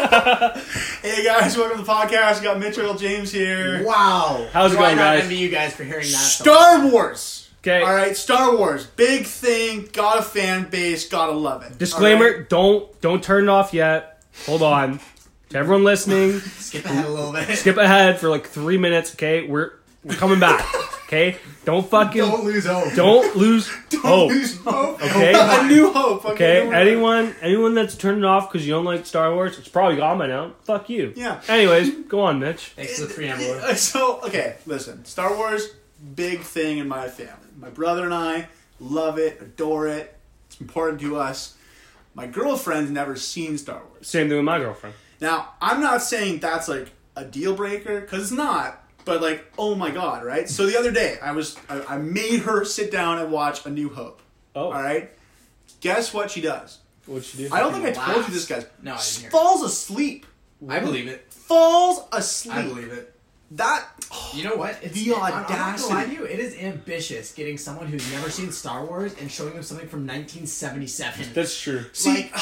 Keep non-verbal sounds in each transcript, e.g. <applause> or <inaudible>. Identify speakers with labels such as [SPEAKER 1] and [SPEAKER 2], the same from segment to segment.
[SPEAKER 1] Hey guys, welcome to the podcast. We got Mitchell James here.
[SPEAKER 2] Wow.
[SPEAKER 3] How's it
[SPEAKER 2] Why
[SPEAKER 3] going,
[SPEAKER 2] not
[SPEAKER 3] guys?
[SPEAKER 2] envy you guys for hearing that.
[SPEAKER 1] Star Wars.
[SPEAKER 3] 'Kay.
[SPEAKER 1] All right, Star Wars, big thing. Got a fan base. Gotta love it.
[SPEAKER 3] Disclaimer:
[SPEAKER 1] All right?
[SPEAKER 3] Don't don't turn it off yet. Hold on, to everyone listening,
[SPEAKER 2] Skip ahead a little bit.
[SPEAKER 4] <laughs>
[SPEAKER 3] <laughs> skip ahead for like three minutes. Okay, we're we're coming back.
[SPEAKER 1] <laughs>
[SPEAKER 3] Okay, don't fucking
[SPEAKER 2] Don't
[SPEAKER 3] don't,
[SPEAKER 2] lose hope.
[SPEAKER 3] lose
[SPEAKER 1] <laughs>
[SPEAKER 3] hope.
[SPEAKER 1] Lose hope.
[SPEAKER 3] Okay.
[SPEAKER 1] <laughs> a new hope.
[SPEAKER 3] Okay,
[SPEAKER 1] we're-
[SPEAKER 3] anyone anyone that's turning it off because you don't like Star Wars, it's probably gone by now. Fuck you.
[SPEAKER 1] Yeah.
[SPEAKER 3] Anyways, go on, Mitch.
[SPEAKER 2] Thanks for the preamble.
[SPEAKER 1] Uh, So okay, listen. Star Wars, big thing in my family. My brother and I love it, adore it. It's important to us. My girlfriend's never seen Star Wars.
[SPEAKER 3] Same thing with my girlfriend.
[SPEAKER 1] Now, I'm not saying that's like a deal breaker because it's not, but like, oh my god, right? So the other day, I was I, I made her sit down and watch A New Hope.
[SPEAKER 3] Oh.
[SPEAKER 1] All right. Guess what she does?
[SPEAKER 3] What'd she do?
[SPEAKER 1] I don't think I told
[SPEAKER 2] Laughs.
[SPEAKER 1] you this, guys.
[SPEAKER 2] No, I didn't hear.
[SPEAKER 1] Falls asleep.
[SPEAKER 2] I believe it.
[SPEAKER 1] Falls asleep.
[SPEAKER 2] I believe it.
[SPEAKER 1] That.
[SPEAKER 2] <laughs>
[SPEAKER 4] You know what? It's,
[SPEAKER 1] The
[SPEAKER 4] I'm- I'm not gonna
[SPEAKER 1] audacity.
[SPEAKER 4] lie to you, it is ambitious getting someone who's never seen Star Wars and showing them something from 1977.
[SPEAKER 3] That's true.
[SPEAKER 1] See,
[SPEAKER 4] <sighs> Like,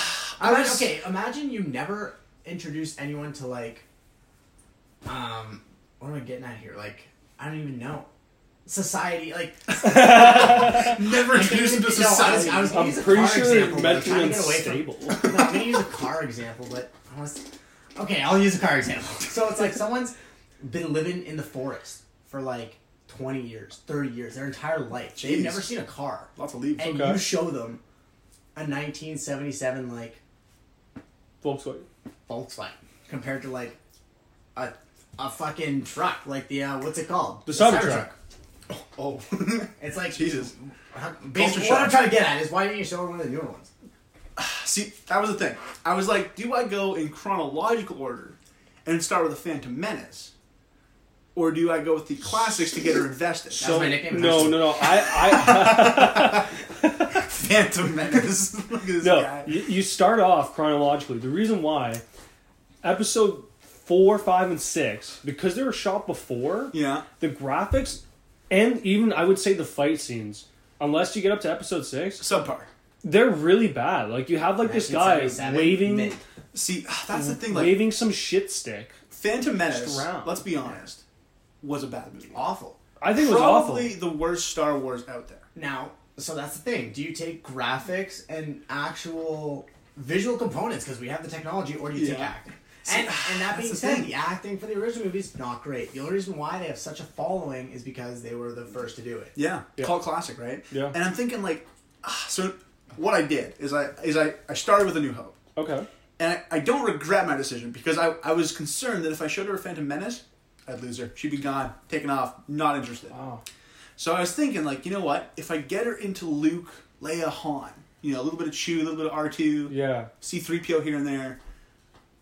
[SPEAKER 1] I
[SPEAKER 4] Ima-
[SPEAKER 1] was-
[SPEAKER 4] okay, imagine you never introduced anyone to like, um, what am I getting at here? Like, I don't even know. Society, like,
[SPEAKER 1] never introduced him to
[SPEAKER 4] No, I was-
[SPEAKER 1] society.
[SPEAKER 4] I was-
[SPEAKER 2] <laughs>
[SPEAKER 3] I'm
[SPEAKER 4] Use a
[SPEAKER 3] pretty
[SPEAKER 4] car
[SPEAKER 3] sure
[SPEAKER 4] example,
[SPEAKER 3] it
[SPEAKER 4] but I'm
[SPEAKER 3] meant to
[SPEAKER 4] trying to
[SPEAKER 3] be
[SPEAKER 4] get away from-
[SPEAKER 3] unstable.
[SPEAKER 4] I'm not gonna use a car example, but I was, okay, I'll use a car example. <laughs> So it's like someone's been living in the forest for like 20 years, 30 years, their entire life.
[SPEAKER 1] Jeez.
[SPEAKER 4] They've never seen a car,
[SPEAKER 1] Lots of leaves.
[SPEAKER 4] and
[SPEAKER 3] Okay.
[SPEAKER 4] you show them a 1977 like
[SPEAKER 3] Volkswagen.
[SPEAKER 4] Volkswagen compared to like a a fucking truck, like the uh, what's it called?
[SPEAKER 3] The Cybertruck.
[SPEAKER 1] Oh, <laughs>
[SPEAKER 4] It's like
[SPEAKER 1] Jesus.
[SPEAKER 4] How, basically,
[SPEAKER 1] Culture
[SPEAKER 4] what I'm
[SPEAKER 1] shock.
[SPEAKER 4] trying to get at is why didn't you show her one of the newer ones?
[SPEAKER 1] See, that was the thing. I was like, do I go in chronological order and start with the Phantom Menace? Or do I go with the classics to get her invested?
[SPEAKER 4] That was my nickname.
[SPEAKER 3] No, no, no. I,
[SPEAKER 1] Phantom Menace. <laughs> Look at this
[SPEAKER 3] I no.
[SPEAKER 1] guy.
[SPEAKER 3] You, you start off chronologically. The reason why, episode four, five, and six, because they were shot before.
[SPEAKER 1] Yeah.
[SPEAKER 3] The graphics, and even I would say the fight scenes, unless you get up to episode six,
[SPEAKER 1] Subpar.
[SPEAKER 3] they're really bad. Like you have like this guy
[SPEAKER 4] 1977
[SPEAKER 3] waving,
[SPEAKER 4] mint.
[SPEAKER 1] See, ah, that's the thing. Like,
[SPEAKER 3] waving some shit stick.
[SPEAKER 1] Phantom Menace,
[SPEAKER 3] Just around.
[SPEAKER 1] let's be honest, was a bad movie.
[SPEAKER 4] awful.
[SPEAKER 3] I think it was awful.
[SPEAKER 1] Probably the worst Star Wars out there.
[SPEAKER 4] Now, so that's the thing. Do you take graphics and actual visual components because we have the technology, or do you take
[SPEAKER 1] Yeah.
[SPEAKER 4] acting? And, and that being
[SPEAKER 1] the
[SPEAKER 4] said,
[SPEAKER 1] thing.
[SPEAKER 4] the acting for the original movie is not great. The only reason why they have such a following is because they were the first to do it.
[SPEAKER 1] Yeah, cult classic, right?
[SPEAKER 3] Yeah.
[SPEAKER 1] And I'm thinking like, ah, so what I did is I is I, I started with A New Hope.
[SPEAKER 3] Okay.
[SPEAKER 1] And I, I don't regret my decision because I, I was concerned that if I showed her Phantom Menace, I'd lose her. She'd be gone, taken off, not interested.
[SPEAKER 3] Wow.
[SPEAKER 1] So I was thinking, like, you know what? If I get her into Luke, Leia, Han, you know, a little bit of Chew, a little bit of R2,
[SPEAKER 3] Yeah.
[SPEAKER 1] C3PO here and there,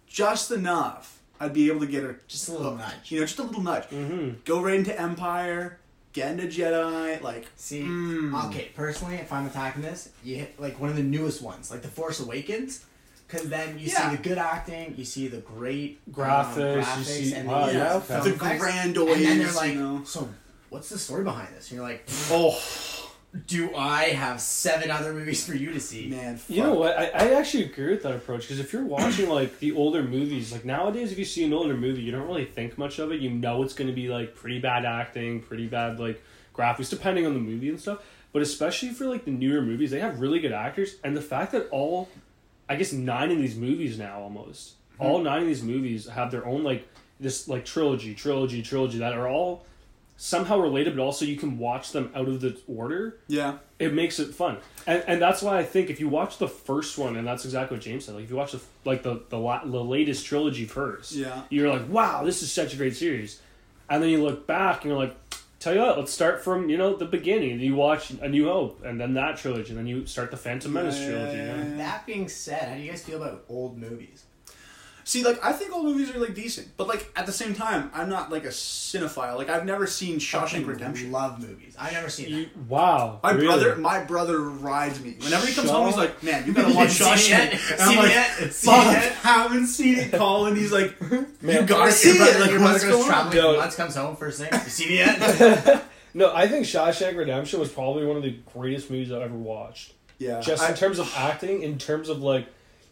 [SPEAKER 1] just enough, I'd be able to get her,
[SPEAKER 4] Just a little nudge.
[SPEAKER 1] you know, just a little nudge.
[SPEAKER 3] Mm-hmm.
[SPEAKER 1] Go right into Empire, get into Jedi, like,
[SPEAKER 4] See,
[SPEAKER 1] Mm.
[SPEAKER 4] okay, personally, if I'm attacking this, you hit like one of the newest ones, like The Force Awakens, because then you
[SPEAKER 1] Yeah.
[SPEAKER 4] see the good acting, you see the great um,
[SPEAKER 3] Graphics, you see-
[SPEAKER 4] and
[SPEAKER 3] wow,
[SPEAKER 4] the,
[SPEAKER 3] yeah,
[SPEAKER 4] uh,
[SPEAKER 3] okay.
[SPEAKER 4] film
[SPEAKER 1] The
[SPEAKER 4] effects,
[SPEAKER 1] grandoids,
[SPEAKER 4] and then they're
[SPEAKER 1] you
[SPEAKER 4] like,
[SPEAKER 1] know.
[SPEAKER 4] so what's the story behind this? And you're
[SPEAKER 1] <sighs>
[SPEAKER 4] like,
[SPEAKER 1] oh,
[SPEAKER 4] do I have seven other movies for you to see?
[SPEAKER 1] man.
[SPEAKER 3] You know
[SPEAKER 1] fuck.
[SPEAKER 3] what? I, I actually agree with that approach because if you're watching like the older movies, like nowadays, if you see an older movie, you don't really think much of it. You know it's going to be like pretty bad acting, pretty bad like graphics, depending on the movie and stuff. But especially for like the newer movies, they have really good actors, and the fact that all, I guess nine of these movies now almost all nine of these movies have their own like this like trilogy, trilogy, trilogy that are all somehow related, but also you can watch them out of the order
[SPEAKER 1] Yeah.
[SPEAKER 3] it makes it fun and, and that's why i think if you watch the first one and that's exactly what james said like if you watch the like the the, la- the latest trilogy first
[SPEAKER 1] Yeah.
[SPEAKER 3] you're like wow this is such a great series and then you look back and you're like tell you what let's start from you know the beginning and you watch a new hope and then that trilogy and then you start the phantom menace
[SPEAKER 1] Yeah,
[SPEAKER 3] trilogy
[SPEAKER 1] yeah,
[SPEAKER 3] you know?
[SPEAKER 1] yeah, yeah.
[SPEAKER 4] That being said, how do you guys feel about old movies?
[SPEAKER 1] See, like I think all movies are like decent, but like at the same time, I'm not like a cinephile. Like I've never seen Shawshank
[SPEAKER 4] Fucking
[SPEAKER 1] Redemption.
[SPEAKER 4] Love movies. I've never seen that.
[SPEAKER 3] You- wow
[SPEAKER 1] My
[SPEAKER 3] really?
[SPEAKER 1] brother, my brother rides me. Whenever he comes home, he's
[SPEAKER 3] Shaw-
[SPEAKER 1] like, "Man, <laughs> you gotta
[SPEAKER 3] <laughs>
[SPEAKER 1] watch
[SPEAKER 4] Seen it yet?
[SPEAKER 1] Shawshank." And I'm
[SPEAKER 4] <laughs> Seen it
[SPEAKER 1] like, <laughs>
[SPEAKER 4] yet? Seen
[SPEAKER 1] "Fuck,
[SPEAKER 4] it yet?"
[SPEAKER 1] haven't seen it, Colin." He's like, "You
[SPEAKER 3] Man,
[SPEAKER 1] gotta see
[SPEAKER 4] your brother,
[SPEAKER 1] it." Like,
[SPEAKER 4] your brother
[SPEAKER 1] what's
[SPEAKER 4] goes
[SPEAKER 1] going on?
[SPEAKER 4] traveling for
[SPEAKER 3] Dude.
[SPEAKER 4] months, comes home
[SPEAKER 1] <laughs>
[SPEAKER 4] first thing. You seen it <laughs> yet?
[SPEAKER 3] no i think shawshank redemption was probably one of the greatest movies i've ever watched
[SPEAKER 1] Yeah,
[SPEAKER 3] just
[SPEAKER 1] I-
[SPEAKER 3] in terms of acting in terms of like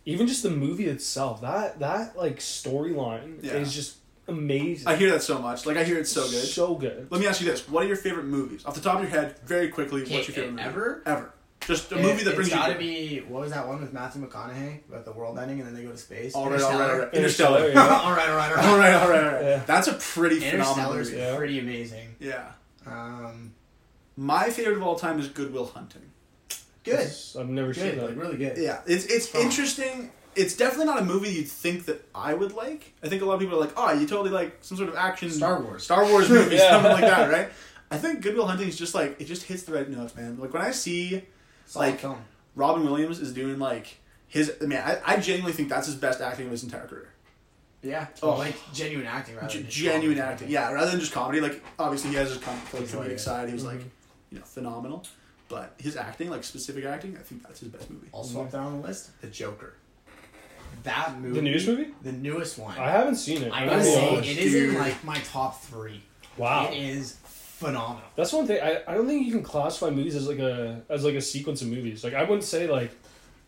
[SPEAKER 3] even just the movie itself, that that like storyline
[SPEAKER 1] Yeah.
[SPEAKER 3] is just amazing.
[SPEAKER 1] I hear that so much. Like I hear it so good.
[SPEAKER 3] So good.
[SPEAKER 1] Let me ask you this: What are your favorite movies off the top of your head? Very quickly, what's
[SPEAKER 2] Okay,
[SPEAKER 1] your favorite movie
[SPEAKER 2] ever?
[SPEAKER 1] Ever? Just a movie that brings
[SPEAKER 4] it's
[SPEAKER 1] you.
[SPEAKER 4] gotta be what was that one with Matthew McConaughey about the world ending and then they go to space?
[SPEAKER 1] all right, all right, all right. Interstellar.
[SPEAKER 3] Interstellar,
[SPEAKER 1] All
[SPEAKER 3] yeah.
[SPEAKER 1] right,
[SPEAKER 4] <laughs> all right, all right,
[SPEAKER 1] <laughs>
[SPEAKER 4] all
[SPEAKER 1] all
[SPEAKER 4] right.
[SPEAKER 1] right, all right.
[SPEAKER 3] Yeah.
[SPEAKER 1] That's a pretty phenomenal
[SPEAKER 4] Interstellar's
[SPEAKER 1] movie.
[SPEAKER 3] yeah.
[SPEAKER 4] pretty amazing.
[SPEAKER 1] Yeah.
[SPEAKER 4] Um,
[SPEAKER 1] My favorite of all time is Goodwill Hunting.
[SPEAKER 4] good,
[SPEAKER 3] It's- I've never
[SPEAKER 4] good,
[SPEAKER 3] seen that.
[SPEAKER 4] like really good.
[SPEAKER 1] Yeah, it's it's
[SPEAKER 4] Huh.
[SPEAKER 1] interesting. It's definitely not a movie you'd think that I would like. I think a lot of people are like, "Oh, you totally like some sort of action
[SPEAKER 4] Star Wars.
[SPEAKER 1] Star
[SPEAKER 4] <laughs>
[SPEAKER 1] Wars movie,
[SPEAKER 3] Yeah.
[SPEAKER 1] something like that, right?" I think Goodwill Hunting is just like it just hits the right notes, man. Like when I see
[SPEAKER 4] Solid
[SPEAKER 1] like-
[SPEAKER 4] film.
[SPEAKER 1] Robin Williams is doing like his. I mean, I, I genuinely think that's his best acting of his entire career.
[SPEAKER 4] Yeah.
[SPEAKER 1] Oh.
[SPEAKER 4] like genuine acting rather
[SPEAKER 1] G-
[SPEAKER 4] than just
[SPEAKER 1] genuine
[SPEAKER 4] comedy.
[SPEAKER 1] acting, yeah. Rather than just comedy, like obviously he has his com- like,
[SPEAKER 4] He's
[SPEAKER 1] comedic
[SPEAKER 4] hilarious.
[SPEAKER 1] side. He was
[SPEAKER 4] Mm-hmm.
[SPEAKER 1] like, you know, phenomenal. But his acting, like specific acting, I think that's his best movie.
[SPEAKER 4] Also up there on the list, The Joker. That movie.
[SPEAKER 3] The newest movie?
[SPEAKER 4] The newest one.
[SPEAKER 3] I haven't seen it. Oh
[SPEAKER 4] I
[SPEAKER 3] I'm
[SPEAKER 4] gotta
[SPEAKER 3] gonna be
[SPEAKER 4] say,
[SPEAKER 3] honest.
[SPEAKER 4] it is in
[SPEAKER 1] dude.
[SPEAKER 4] like my top three.
[SPEAKER 3] wow.
[SPEAKER 4] It is phenomenal.
[SPEAKER 3] That's one thing. I, I don't think you can classify movies as like a as like a sequence of movies. Like I wouldn't say like,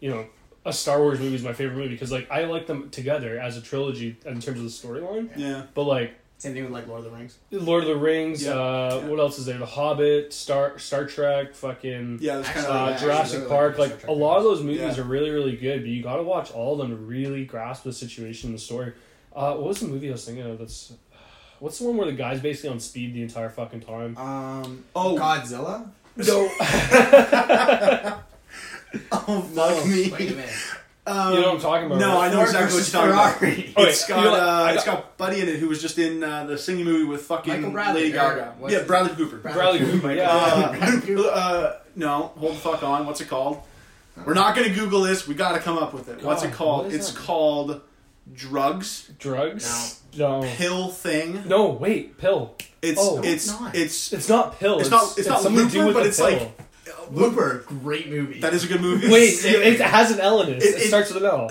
[SPEAKER 3] you know, a Star Wars movie is my favorite movie because like I like them together as a trilogy in terms of the storyline.
[SPEAKER 1] Yeah,
[SPEAKER 3] But like
[SPEAKER 4] Same thing with like Lord of the Rings.
[SPEAKER 3] Lord of the Rings,
[SPEAKER 1] Yeah,
[SPEAKER 3] uh,
[SPEAKER 1] yeah.
[SPEAKER 3] what else is there? The Hobbit, Star Star Trek, fucking
[SPEAKER 1] yeah. It's kind
[SPEAKER 4] Actually,
[SPEAKER 1] of
[SPEAKER 3] uh,
[SPEAKER 4] yeah,
[SPEAKER 3] Jurassic
[SPEAKER 4] really like
[SPEAKER 3] Park. Like,
[SPEAKER 4] Star
[SPEAKER 3] a
[SPEAKER 4] Trek
[SPEAKER 3] lot of
[SPEAKER 4] movies.
[SPEAKER 3] those movies
[SPEAKER 1] Yeah.
[SPEAKER 3] are really really good, but you got to watch all of them to really grasp the situation and the story. Uh, what was the movie I was thinking of? That's what's the one where the guy's basically on speed the entire fucking time.
[SPEAKER 4] Um,
[SPEAKER 1] Oh.
[SPEAKER 4] Godzilla.
[SPEAKER 1] <laughs>
[SPEAKER 3] <laughs>
[SPEAKER 1] no. oh, fuck me.
[SPEAKER 4] Wait a <laughs> minute.
[SPEAKER 1] Um,
[SPEAKER 3] you know what I'm talking about?
[SPEAKER 1] No,
[SPEAKER 3] right?
[SPEAKER 1] I know
[SPEAKER 4] Ford
[SPEAKER 1] exactly what
[SPEAKER 4] versus
[SPEAKER 1] you're talking about.
[SPEAKER 4] Ferrari. <laughs>
[SPEAKER 3] Okay,
[SPEAKER 1] It's
[SPEAKER 3] you know
[SPEAKER 1] got
[SPEAKER 3] what?
[SPEAKER 1] uh,
[SPEAKER 3] I
[SPEAKER 1] it's
[SPEAKER 3] got-
[SPEAKER 1] got Buddy in it, who was just in uh, the singing movie with fucking
[SPEAKER 4] Michael Bradley,
[SPEAKER 1] Lady
[SPEAKER 4] or
[SPEAKER 1] Gaga.
[SPEAKER 4] what's
[SPEAKER 1] Yeah,
[SPEAKER 4] his-
[SPEAKER 1] Bradley Cooper.
[SPEAKER 3] Bradley Cooper. Yeah.
[SPEAKER 1] Uh, <laughs> uh, no, hold the fuck on. What's it called? We're not gonna Google this. We gotta come up with it. What's it
[SPEAKER 3] God,
[SPEAKER 1] called?
[SPEAKER 3] what is
[SPEAKER 1] it's
[SPEAKER 3] that?
[SPEAKER 1] called drugs
[SPEAKER 3] Drugs? No. No.
[SPEAKER 1] pill thing.
[SPEAKER 3] wait, pill.
[SPEAKER 1] It's
[SPEAKER 3] Oh. No,
[SPEAKER 1] it's
[SPEAKER 4] it's not.
[SPEAKER 1] it's,
[SPEAKER 3] It's not pill.
[SPEAKER 1] It's not- it's not
[SPEAKER 3] something to do
[SPEAKER 1] Looper,
[SPEAKER 3] with
[SPEAKER 1] but
[SPEAKER 3] the
[SPEAKER 1] it's like-
[SPEAKER 3] pill.
[SPEAKER 4] Looper, great movie.
[SPEAKER 1] that is a good movie. <laughs>
[SPEAKER 3] Wait, it, it has an L in it. It,
[SPEAKER 1] it- uh,
[SPEAKER 3] starts with an L.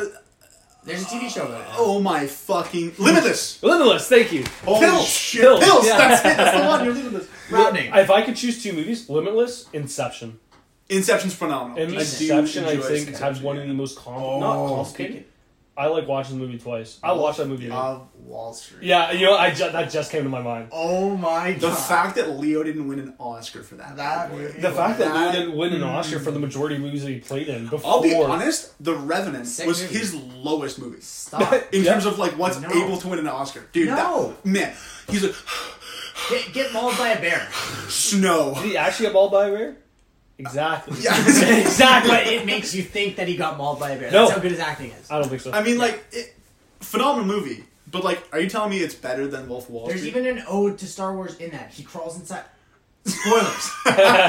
[SPEAKER 4] There's a TV show about it.
[SPEAKER 1] oh my fucking limitless.
[SPEAKER 3] Limitless, thank you.
[SPEAKER 1] Holy
[SPEAKER 4] Pills.
[SPEAKER 1] shit,
[SPEAKER 3] Pills,
[SPEAKER 1] pills.
[SPEAKER 3] yeah.
[SPEAKER 1] That's it. That's the one. You're limitless.
[SPEAKER 4] Rounding.
[SPEAKER 3] If I could choose two movies, Limitless, Inception.
[SPEAKER 1] Inception's phenomenal. I do
[SPEAKER 3] Inception, I,
[SPEAKER 1] enjoy
[SPEAKER 3] think, has
[SPEAKER 1] Inception,
[SPEAKER 3] one
[SPEAKER 1] yeah.
[SPEAKER 3] of the most com-
[SPEAKER 4] Oh,
[SPEAKER 3] not complicated.
[SPEAKER 4] speaking
[SPEAKER 3] I like watching the movie twice. I watched that movie. Yeah,
[SPEAKER 4] Of Wall Street.
[SPEAKER 3] you know, I ju- that just came to my mind.
[SPEAKER 4] Oh my god.
[SPEAKER 1] The fact that Leo didn't win an Oscar for that.
[SPEAKER 4] That
[SPEAKER 1] bad boy.
[SPEAKER 4] movie
[SPEAKER 3] The fact that Leo
[SPEAKER 1] That- Mm.
[SPEAKER 3] didn't win an Oscar for the majority of movies that he played in before.
[SPEAKER 1] I'll be honest, The Revenant
[SPEAKER 4] Sick
[SPEAKER 1] was
[SPEAKER 4] movie.
[SPEAKER 1] his lowest movie.
[SPEAKER 4] Stop.
[SPEAKER 1] In terms of like what's
[SPEAKER 4] No.
[SPEAKER 1] able to win an Oscar. Dude,
[SPEAKER 4] No.
[SPEAKER 1] that, man. He's like
[SPEAKER 4] <laughs> get, get mauled by a bear.
[SPEAKER 1] <sighs> snow.
[SPEAKER 4] <laughs>
[SPEAKER 3] Did he actually get balled by a bear? Exactly. <laughs>
[SPEAKER 1] Yeah.
[SPEAKER 4] exactly. It makes you think that he got mauled by a bear.
[SPEAKER 3] No.
[SPEAKER 4] That's how good his acting is.
[SPEAKER 3] I don't think so.
[SPEAKER 1] I mean like it, phenomenal movie. But like, are you telling me it's better than Wolf of Wall
[SPEAKER 4] There's
[SPEAKER 1] Street?
[SPEAKER 4] even an ode to Star Wars in that. He crawls inside. <laughs> Spoilers. <laughs>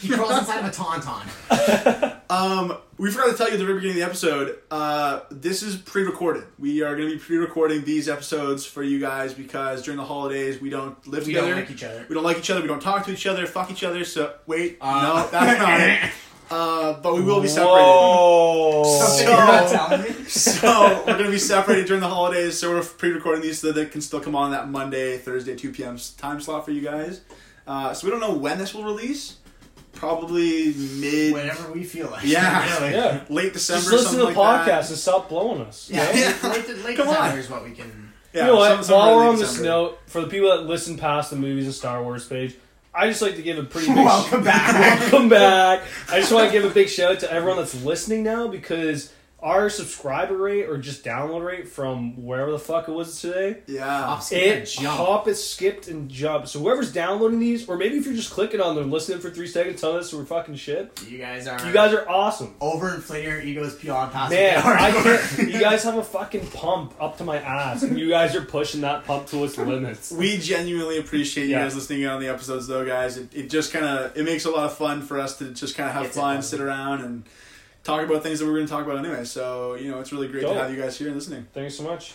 [SPEAKER 4] he crawls inside of a tauntaun.
[SPEAKER 1] Um, we forgot to tell you at the very beginning of the episode. Uh, this is pre-recorded. We are going to be pre-recording these episodes for you guys because during the holidays we don't live
[SPEAKER 4] We
[SPEAKER 1] together.
[SPEAKER 4] don't like each other.
[SPEAKER 1] We don't like each other. We don't talk to each other. Fuck each other. So wait, no, that's not it. Uh, but we will be separated. <laughs>
[SPEAKER 3] Whoa.
[SPEAKER 4] Something you're not telling me.
[SPEAKER 1] So we're gonna be separated during the holidays. So we're pre-recording these so that they can still come on that Monday, Thursday, two p.m. time slot for you guys. Uh, so we don't know when this will release. Probably mid,
[SPEAKER 4] Whenever we feel like. it,
[SPEAKER 1] Yeah.
[SPEAKER 4] <laughs> Really.
[SPEAKER 3] Yeah.
[SPEAKER 1] late December.
[SPEAKER 3] Just listen
[SPEAKER 1] something
[SPEAKER 3] to the
[SPEAKER 1] like
[SPEAKER 3] podcast
[SPEAKER 1] that.
[SPEAKER 3] and stop blowing us. you
[SPEAKER 4] Yeah.
[SPEAKER 3] know?
[SPEAKER 1] Yeah.
[SPEAKER 4] Late,
[SPEAKER 1] <laughs>
[SPEAKER 4] late
[SPEAKER 1] Come on.
[SPEAKER 4] December is what we can.
[SPEAKER 1] Yeah,
[SPEAKER 3] you know
[SPEAKER 1] some-
[SPEAKER 3] what?
[SPEAKER 1] some
[SPEAKER 3] While
[SPEAKER 1] early
[SPEAKER 3] we're on this
[SPEAKER 1] December.
[SPEAKER 3] note, for the people that listen past the movies and Star Wars page, I just like to give a
[SPEAKER 1] <laughs>
[SPEAKER 3] pretty big
[SPEAKER 4] Welcome back. <laughs>
[SPEAKER 3] welcome back. I just want to give a big shout out to everyone that's listening now because our subscriber rate or just download rate from wherever the fuck it was today.
[SPEAKER 1] yeah,
[SPEAKER 3] It
[SPEAKER 4] jump.
[SPEAKER 3] hop it skipped and jumped. So whoever's downloading these, or maybe if you're just clicking on them, listening for three seconds, telling us we're fucking shit.
[SPEAKER 4] You guys are.
[SPEAKER 3] You guys are awesome.
[SPEAKER 4] overinflating your egos beyond possible. <laughs>
[SPEAKER 3] Man,
[SPEAKER 4] All
[SPEAKER 3] I
[SPEAKER 4] right.
[SPEAKER 3] can't, you guys have a fucking pump up to my ass, and you guys are pushing that pump to its limits.
[SPEAKER 1] we genuinely appreciate you
[SPEAKER 3] Yeah.
[SPEAKER 1] guys listening in on the episodes, though, guys. It, it just kind of it makes a lot of fun for us to just kind of have
[SPEAKER 4] It's
[SPEAKER 1] fun,
[SPEAKER 4] fun.
[SPEAKER 1] sit around, and talk about things that we are going to talk about anyway. So you know, it's really great
[SPEAKER 3] Dope.
[SPEAKER 1] to have you guys here and listening.
[SPEAKER 3] Thank you so much.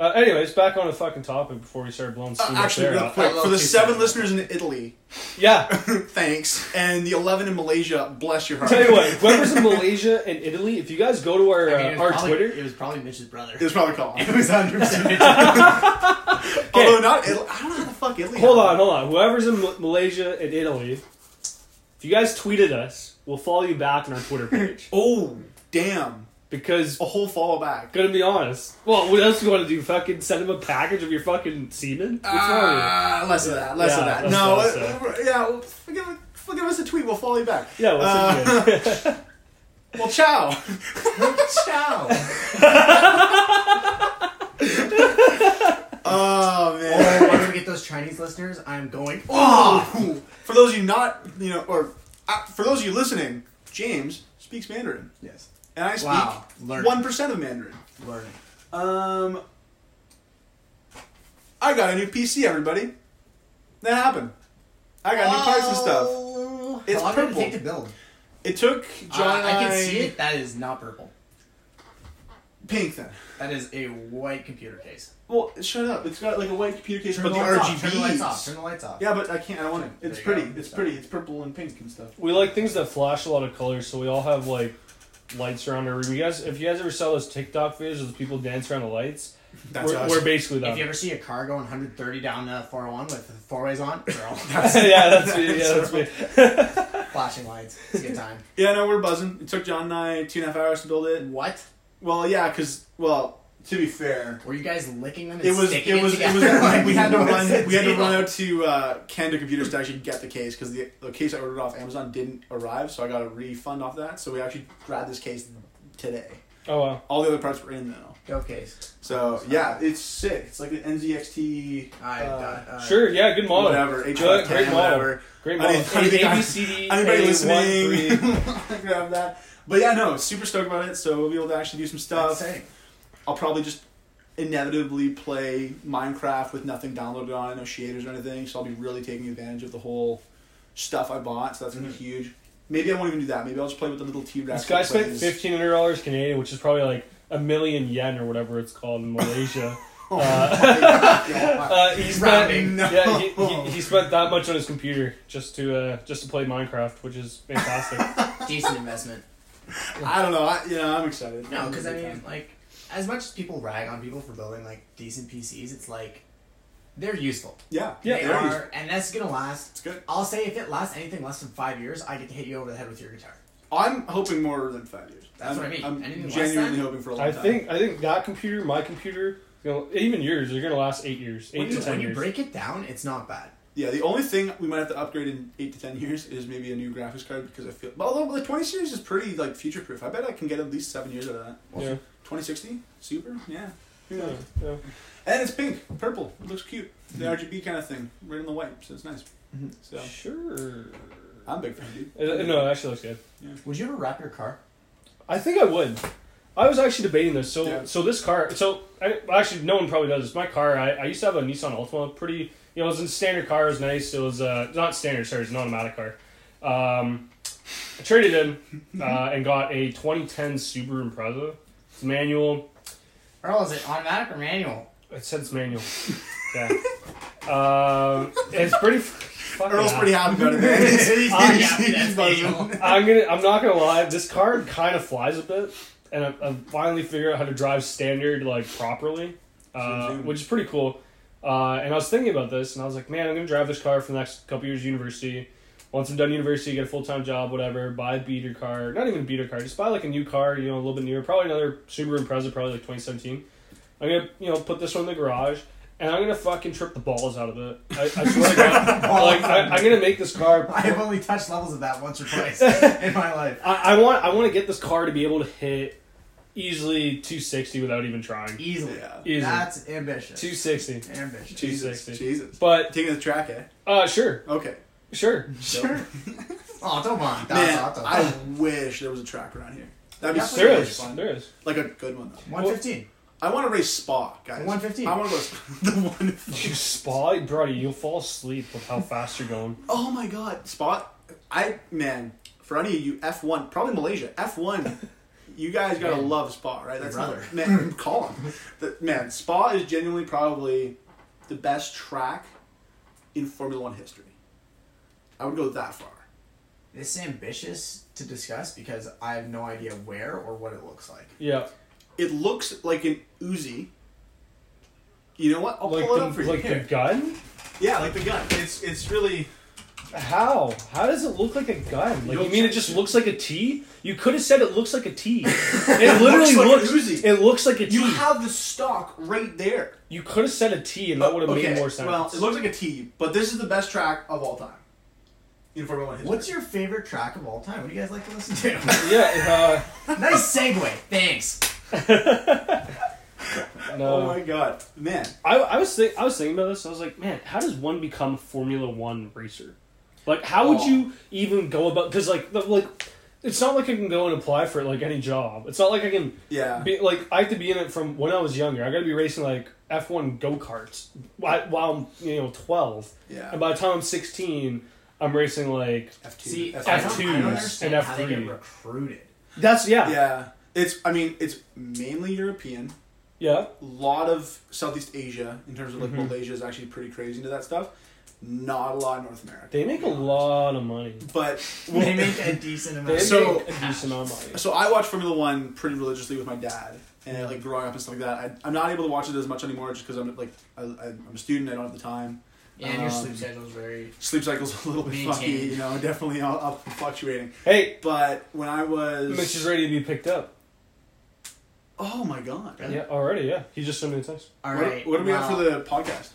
[SPEAKER 3] Uh, anyways, back on the fucking topic before we started blowing
[SPEAKER 1] Uh,
[SPEAKER 3] steam up
[SPEAKER 1] actually,
[SPEAKER 3] there.
[SPEAKER 1] real quick,
[SPEAKER 4] I love
[SPEAKER 1] for the
[SPEAKER 4] you,
[SPEAKER 1] seven
[SPEAKER 4] Sam.
[SPEAKER 1] listeners in Italy, <laughs>
[SPEAKER 3] Yeah,
[SPEAKER 1] thanks, and the eleven in Malaysia, bless your heart.
[SPEAKER 3] Tell you what, whoever's in Malaysia and Italy, if you guys go to our
[SPEAKER 4] I mean, it was
[SPEAKER 3] uh, our
[SPEAKER 4] probably,
[SPEAKER 3] Twitter,
[SPEAKER 4] It was probably Mitch's
[SPEAKER 1] <laughs>
[SPEAKER 4] brother.
[SPEAKER 1] it was probably called.
[SPEAKER 4] It was 100%
[SPEAKER 1] <laughs>
[SPEAKER 4] Mitch's
[SPEAKER 1] Although not, Italy, I don't know how the fuck Italy.
[SPEAKER 3] hold on, hold on. Whoever's in Ma- Malaysia
[SPEAKER 1] <laughs>
[SPEAKER 3] and Italy, if you guys tweeted us, we'll follow you back on our Twitter page.
[SPEAKER 1] Oh, damn,
[SPEAKER 3] Because
[SPEAKER 1] a whole follow back.
[SPEAKER 3] gonna be honest. Well, what else do you want to do? Fucking send him a package of your fucking semen? What's wrong with you?
[SPEAKER 1] Ah, less of that, less
[SPEAKER 3] Yeah,
[SPEAKER 1] of that.
[SPEAKER 3] that's
[SPEAKER 1] No,
[SPEAKER 3] what I
[SPEAKER 1] uh, yeah, well, f- give, f- give us a tweet, we'll follow you back.
[SPEAKER 3] Yeah, what's
[SPEAKER 1] Uh,
[SPEAKER 3] it
[SPEAKER 1] <laughs>
[SPEAKER 3] doing?
[SPEAKER 1] Well, <laughs> ciao.
[SPEAKER 4] Ciao.
[SPEAKER 1] <laughs> oh man.
[SPEAKER 4] Or <laughs> once we get those Chinese listeners, I'm going. Oh,
[SPEAKER 1] Oh, for those of you not, you know, or uh, for those of you listening, James speaks Mandarin,
[SPEAKER 4] yes.
[SPEAKER 1] and I
[SPEAKER 4] Wow.
[SPEAKER 1] speak
[SPEAKER 4] Learn.
[SPEAKER 1] one percent of Mandarin.
[SPEAKER 4] Learning.
[SPEAKER 1] Um, I got a new PC, everybody. That happened. I got new parts and stuff.
[SPEAKER 4] Oh,
[SPEAKER 1] It's
[SPEAKER 4] How long did
[SPEAKER 1] purple.
[SPEAKER 4] it take to build?
[SPEAKER 1] It took John.
[SPEAKER 4] Uh,
[SPEAKER 1] and
[SPEAKER 4] I can see it. That is not purple.
[SPEAKER 1] Pink then.
[SPEAKER 4] That is a white computer case.
[SPEAKER 1] Well, shut up. It's got like a white computer case,
[SPEAKER 4] Turn
[SPEAKER 1] but the,
[SPEAKER 4] lights off, Turn the lights
[SPEAKER 1] RGBs.
[SPEAKER 4] off. Turn the lights off.
[SPEAKER 1] Yeah, but I can't. I don't want it.
[SPEAKER 4] There
[SPEAKER 1] It's
[SPEAKER 4] you
[SPEAKER 1] pretty.
[SPEAKER 4] go.
[SPEAKER 1] It's pretty. It's purple and pink and stuff.
[SPEAKER 3] we like things that flash a lot of colors, so we all have like lights around our room. You guys, if you guys ever saw those TikTok videos of the people dance around the lights,
[SPEAKER 1] That's
[SPEAKER 3] we're,
[SPEAKER 1] us.
[SPEAKER 3] we're basically that.
[SPEAKER 4] If you ever see a car going 130 down uh, 401 with the four
[SPEAKER 1] <laughs>
[SPEAKER 4] ways on, girl,
[SPEAKER 3] <laughs> yeah, that's me. Yeah, that's me.
[SPEAKER 4] flashing lights. It's a good time.
[SPEAKER 1] yeah, no, we're buzzing. It took John and I two and a half hours to build it.
[SPEAKER 4] What?
[SPEAKER 1] Well, yeah, because well, to be fair,
[SPEAKER 4] Were you guys licking them? And
[SPEAKER 1] it was
[SPEAKER 4] sticking
[SPEAKER 1] it was it
[SPEAKER 4] together?
[SPEAKER 1] was
[SPEAKER 4] Like,
[SPEAKER 1] we
[SPEAKER 4] <laughs>
[SPEAKER 1] had to
[SPEAKER 4] what's
[SPEAKER 1] run
[SPEAKER 4] the
[SPEAKER 1] we had to
[SPEAKER 4] deal?
[SPEAKER 1] run out to uh, Canada Computers to actually get the case because the the case I ordered off Amazon didn't arrive, so I got a refund off that. So we actually grabbed this case today.
[SPEAKER 3] Oh wow.
[SPEAKER 1] All the other parts were in though.
[SPEAKER 4] Go case.
[SPEAKER 1] So yeah, it's sick. It's like an NZXT.
[SPEAKER 4] I
[SPEAKER 1] uh,
[SPEAKER 4] got, uh,
[SPEAKER 3] Sure. Yeah. Good model.
[SPEAKER 1] Whatever,
[SPEAKER 3] Good,
[SPEAKER 1] H510,
[SPEAKER 3] great model.
[SPEAKER 1] whatever.
[SPEAKER 3] Great
[SPEAKER 1] I
[SPEAKER 3] model.
[SPEAKER 1] didn't- I didn't think
[SPEAKER 3] A,
[SPEAKER 1] I-
[SPEAKER 3] B, C, D,
[SPEAKER 1] Anybody
[SPEAKER 3] A,
[SPEAKER 1] listening,
[SPEAKER 3] One,
[SPEAKER 1] <laughs>
[SPEAKER 3] three.
[SPEAKER 1] grab that. But yeah, no, super stoked about it. So we'll be able to actually do some stuff.
[SPEAKER 4] Same.
[SPEAKER 1] I'll probably just inevitably play Minecraft with nothing downloaded on it, no shaders or anything. So I'll be really taking advantage of the whole stuff I bought. So that's gonna
[SPEAKER 4] Mm-hmm.
[SPEAKER 1] be huge. Maybe I won't even do that. Maybe I'll just play with the little T Rex.
[SPEAKER 3] <laughs> This guy spent
[SPEAKER 1] <laughs>
[SPEAKER 3] fifteen hundred dollars Canadian, which is probably like a million yen or whatever it's called in Malaysia.
[SPEAKER 1] <laughs> Oh
[SPEAKER 3] <laughs> Uh, he spent
[SPEAKER 4] Rounding.
[SPEAKER 3] yeah, he, he, he spent that much on his computer just to uh, just to play Minecraft, which is fantastic.
[SPEAKER 4] Decent investment.
[SPEAKER 1] I don't know. I, you know, I'm excited.
[SPEAKER 4] No, because I mean, like, as much as people rag on people for building like decent PCs, it's like they're useful.
[SPEAKER 1] yeah,
[SPEAKER 3] Yeah,
[SPEAKER 4] they
[SPEAKER 1] there it is.
[SPEAKER 4] are, and that's gonna last.
[SPEAKER 1] It's good.
[SPEAKER 4] I'll say if it lasts anything less than five years, I get to hit you over the head with your guitar.
[SPEAKER 1] I'm hoping more than five years.
[SPEAKER 4] That's
[SPEAKER 1] I'm,
[SPEAKER 4] what I mean.
[SPEAKER 1] I'm
[SPEAKER 4] Anything less
[SPEAKER 1] genuinely
[SPEAKER 4] than-
[SPEAKER 1] hoping for a long
[SPEAKER 3] I
[SPEAKER 1] time.
[SPEAKER 3] think I think that computer, my computer, you know, even yours, they're gonna last eight years, eight
[SPEAKER 4] When you,
[SPEAKER 3] to ten
[SPEAKER 4] when you
[SPEAKER 3] years.
[SPEAKER 4] break it down, it's not bad.
[SPEAKER 1] Yeah, the only thing we might have to upgrade in eight to ten years is maybe a new graphics card because I feel. But although the twenty series is pretty like future proof, I bet I can get at least seven years out of that.
[SPEAKER 3] yeah.
[SPEAKER 1] Twenty sixty super, yeah.
[SPEAKER 3] Yeah, yeah.
[SPEAKER 1] And it's pink, purple. It looks cute. The
[SPEAKER 3] Mm-hmm.
[SPEAKER 1] RGB kind of thing, right on the white, so it's nice. So
[SPEAKER 3] Sure.
[SPEAKER 1] I'm a big fan, dude.
[SPEAKER 3] Mm-hmm. Uh, no, it actually looks good.
[SPEAKER 4] Would you ever wrap your car?
[SPEAKER 3] I think I would. I was actually debating this. So,
[SPEAKER 1] Yeah.
[SPEAKER 3] so this car. So, I, actually, no one probably does this. My car. I, I used to have a Nissan Altima. Pretty, you know, it was a standard car. It was nice. It was uh, not standard. Sorry, it was an automatic car. Um, I traded in uh, and got a 2010 Subaru Impreza. It's manual.
[SPEAKER 4] Earl, is it automatic or manual?
[SPEAKER 3] It said it's manual. Yeah. Um, it's pretty. fucking
[SPEAKER 1] Earl's
[SPEAKER 3] happy.
[SPEAKER 1] pretty happy about it, man.
[SPEAKER 4] <laughs>
[SPEAKER 1] He's- he's-
[SPEAKER 4] I'm
[SPEAKER 1] he's-
[SPEAKER 4] happy Oh, that's
[SPEAKER 1] he's buzzing. <laughs>
[SPEAKER 4] manual.
[SPEAKER 3] I'm gonna. I'm not gonna lie. This car kind of flies a bit, and I, I finally figured out how to drive standard like properly, uh,
[SPEAKER 1] Zoom, zoom.
[SPEAKER 3] which is pretty cool. Uh, and I was thinking about this, and I was like, man, I'm gonna drive this car for the next couple years of university. Once I'm done university, get a full time job, whatever. Buy a beater car, not even a beater car, just buy like a new car, you know, a little bit newer, probably another Subaru Impreza, probably like 2017. I'm gonna, you know, put this one in the garage, and I'm gonna fucking trip the balls out of it. I, I swear to God, like I, I'm gonna make this car.
[SPEAKER 4] I have only touched levels of that once or
[SPEAKER 1] <laughs>
[SPEAKER 4] twice in my life.
[SPEAKER 3] I, I want I want to get this car to be able to hit easily 260 without even trying.
[SPEAKER 4] Easily.
[SPEAKER 1] Yeah.
[SPEAKER 3] Easily.
[SPEAKER 4] That's ambitious.
[SPEAKER 3] 260.
[SPEAKER 4] ambitious.
[SPEAKER 1] Jesus,
[SPEAKER 3] 260.
[SPEAKER 1] Jesus.
[SPEAKER 3] But
[SPEAKER 1] Taking the track, eh?
[SPEAKER 3] uh, sure,
[SPEAKER 1] Okay.
[SPEAKER 3] sure.
[SPEAKER 1] Sure.
[SPEAKER 4] Oh, don't mind. That's
[SPEAKER 1] Man,
[SPEAKER 4] awesome.
[SPEAKER 1] I wish there was a track around here. That'd be
[SPEAKER 4] Yeah,
[SPEAKER 1] so
[SPEAKER 3] There
[SPEAKER 1] much
[SPEAKER 3] is,
[SPEAKER 1] fun.
[SPEAKER 3] there is.
[SPEAKER 1] Like a good one though.
[SPEAKER 4] 115.
[SPEAKER 1] I want to race Spa, guys.
[SPEAKER 4] 115.
[SPEAKER 1] I want to go s- <laughs> the one.
[SPEAKER 3] You spy, bro. You'll fall asleep with how fast you're going.
[SPEAKER 1] Oh my God, Spot! I man, for any of you F one, probably Malaysia F <laughs> one. You guys gotta
[SPEAKER 4] Man.
[SPEAKER 1] love Spa, right? That's
[SPEAKER 4] Brother.
[SPEAKER 1] not- <laughs> man. Call him, The- man. Spa is genuinely probably the best track in Formula One history. I would go that far.
[SPEAKER 4] This is ambitious to discuss because I have no idea where or what it looks like.
[SPEAKER 3] Yeah,
[SPEAKER 1] It looks like an Uzi. You know what? I'll
[SPEAKER 3] like
[SPEAKER 1] pull it up for
[SPEAKER 3] the
[SPEAKER 1] you.
[SPEAKER 3] like the
[SPEAKER 1] Here.
[SPEAKER 3] gun.
[SPEAKER 1] yeah, like the gun. It's it's really
[SPEAKER 3] How? How does it look like a gun? Like
[SPEAKER 1] You'll
[SPEAKER 3] you mean it
[SPEAKER 1] check
[SPEAKER 3] just
[SPEAKER 1] it.
[SPEAKER 3] looks like a T? You could have said it looks like a
[SPEAKER 1] <laughs>
[SPEAKER 3] T. It literally
[SPEAKER 1] like
[SPEAKER 3] looks.
[SPEAKER 1] an Uzi.
[SPEAKER 3] it looks like a T.
[SPEAKER 1] You
[SPEAKER 3] You,
[SPEAKER 1] have the stock right there.
[SPEAKER 3] could have said a T, and that would have made more sense.
[SPEAKER 1] Well, it looks like a T, but this is the best track of all time. In Formula One history.
[SPEAKER 4] What's your favorite track of all time? What do you guys like to listen to? <laughs>
[SPEAKER 3] yeah.
[SPEAKER 4] nice segue. Thanks.
[SPEAKER 3] Uh,
[SPEAKER 1] Oh
[SPEAKER 3] no,
[SPEAKER 1] my god, man!
[SPEAKER 3] I, I was think, I was thinking about this. I was like, man, how does one become a Formula One racer? Like, how would
[SPEAKER 1] Oh.
[SPEAKER 3] you even go about? Because like, the, like, it's not like I can go and apply for like any job. It's not like I can
[SPEAKER 1] Yeah,
[SPEAKER 3] be, like I have to be in it from when I was younger. I got to be racing like F one go karts while, while I'm you know twelve, and
[SPEAKER 1] yeah.
[SPEAKER 3] by the time I'm sixteen, I'm racing like
[SPEAKER 1] F2.
[SPEAKER 4] See,
[SPEAKER 1] F2.
[SPEAKER 4] I don't, I don't
[SPEAKER 3] F2s
[SPEAKER 4] understand
[SPEAKER 3] and
[SPEAKER 4] how they
[SPEAKER 3] F3.
[SPEAKER 4] get recruited.
[SPEAKER 3] <laughs> that's yeah yeah
[SPEAKER 1] yeah, it's. I mean, it's mainly European.
[SPEAKER 3] yeah.
[SPEAKER 1] A lot of Southeast Asia in terms of like
[SPEAKER 3] Mm-hmm.
[SPEAKER 1] Malaysia is actually pretty crazy into that stuff. Not a lot in North America,
[SPEAKER 3] They make a lot of money.
[SPEAKER 1] but
[SPEAKER 4] They make a decent
[SPEAKER 3] They
[SPEAKER 4] amount.
[SPEAKER 1] So-
[SPEAKER 3] make a decent amount of money.
[SPEAKER 1] So I watch Formula One pretty religiously with my dad, and
[SPEAKER 3] Yeah.
[SPEAKER 1] like growing up and stuff like that. I, I'm not able to watch it as much anymore, just because I'm like I, I, I'm a student. I don't have the time.
[SPEAKER 4] yeah, and your
[SPEAKER 1] Um,
[SPEAKER 4] sleep schedule is very.
[SPEAKER 1] Sleep cycle's <laughs> a little bit funky,
[SPEAKER 4] Maintained.
[SPEAKER 1] you know, definitely all up and fluctuating.
[SPEAKER 3] Hey,
[SPEAKER 1] But when I
[SPEAKER 3] Mitch is
[SPEAKER 1] was,
[SPEAKER 3] ready to be picked up.
[SPEAKER 1] oh my god,
[SPEAKER 3] Yeah, already. Yeah, he just sent me a text.
[SPEAKER 4] All
[SPEAKER 1] what,
[SPEAKER 4] right.
[SPEAKER 1] what are we at
[SPEAKER 4] well,
[SPEAKER 1] for the podcast?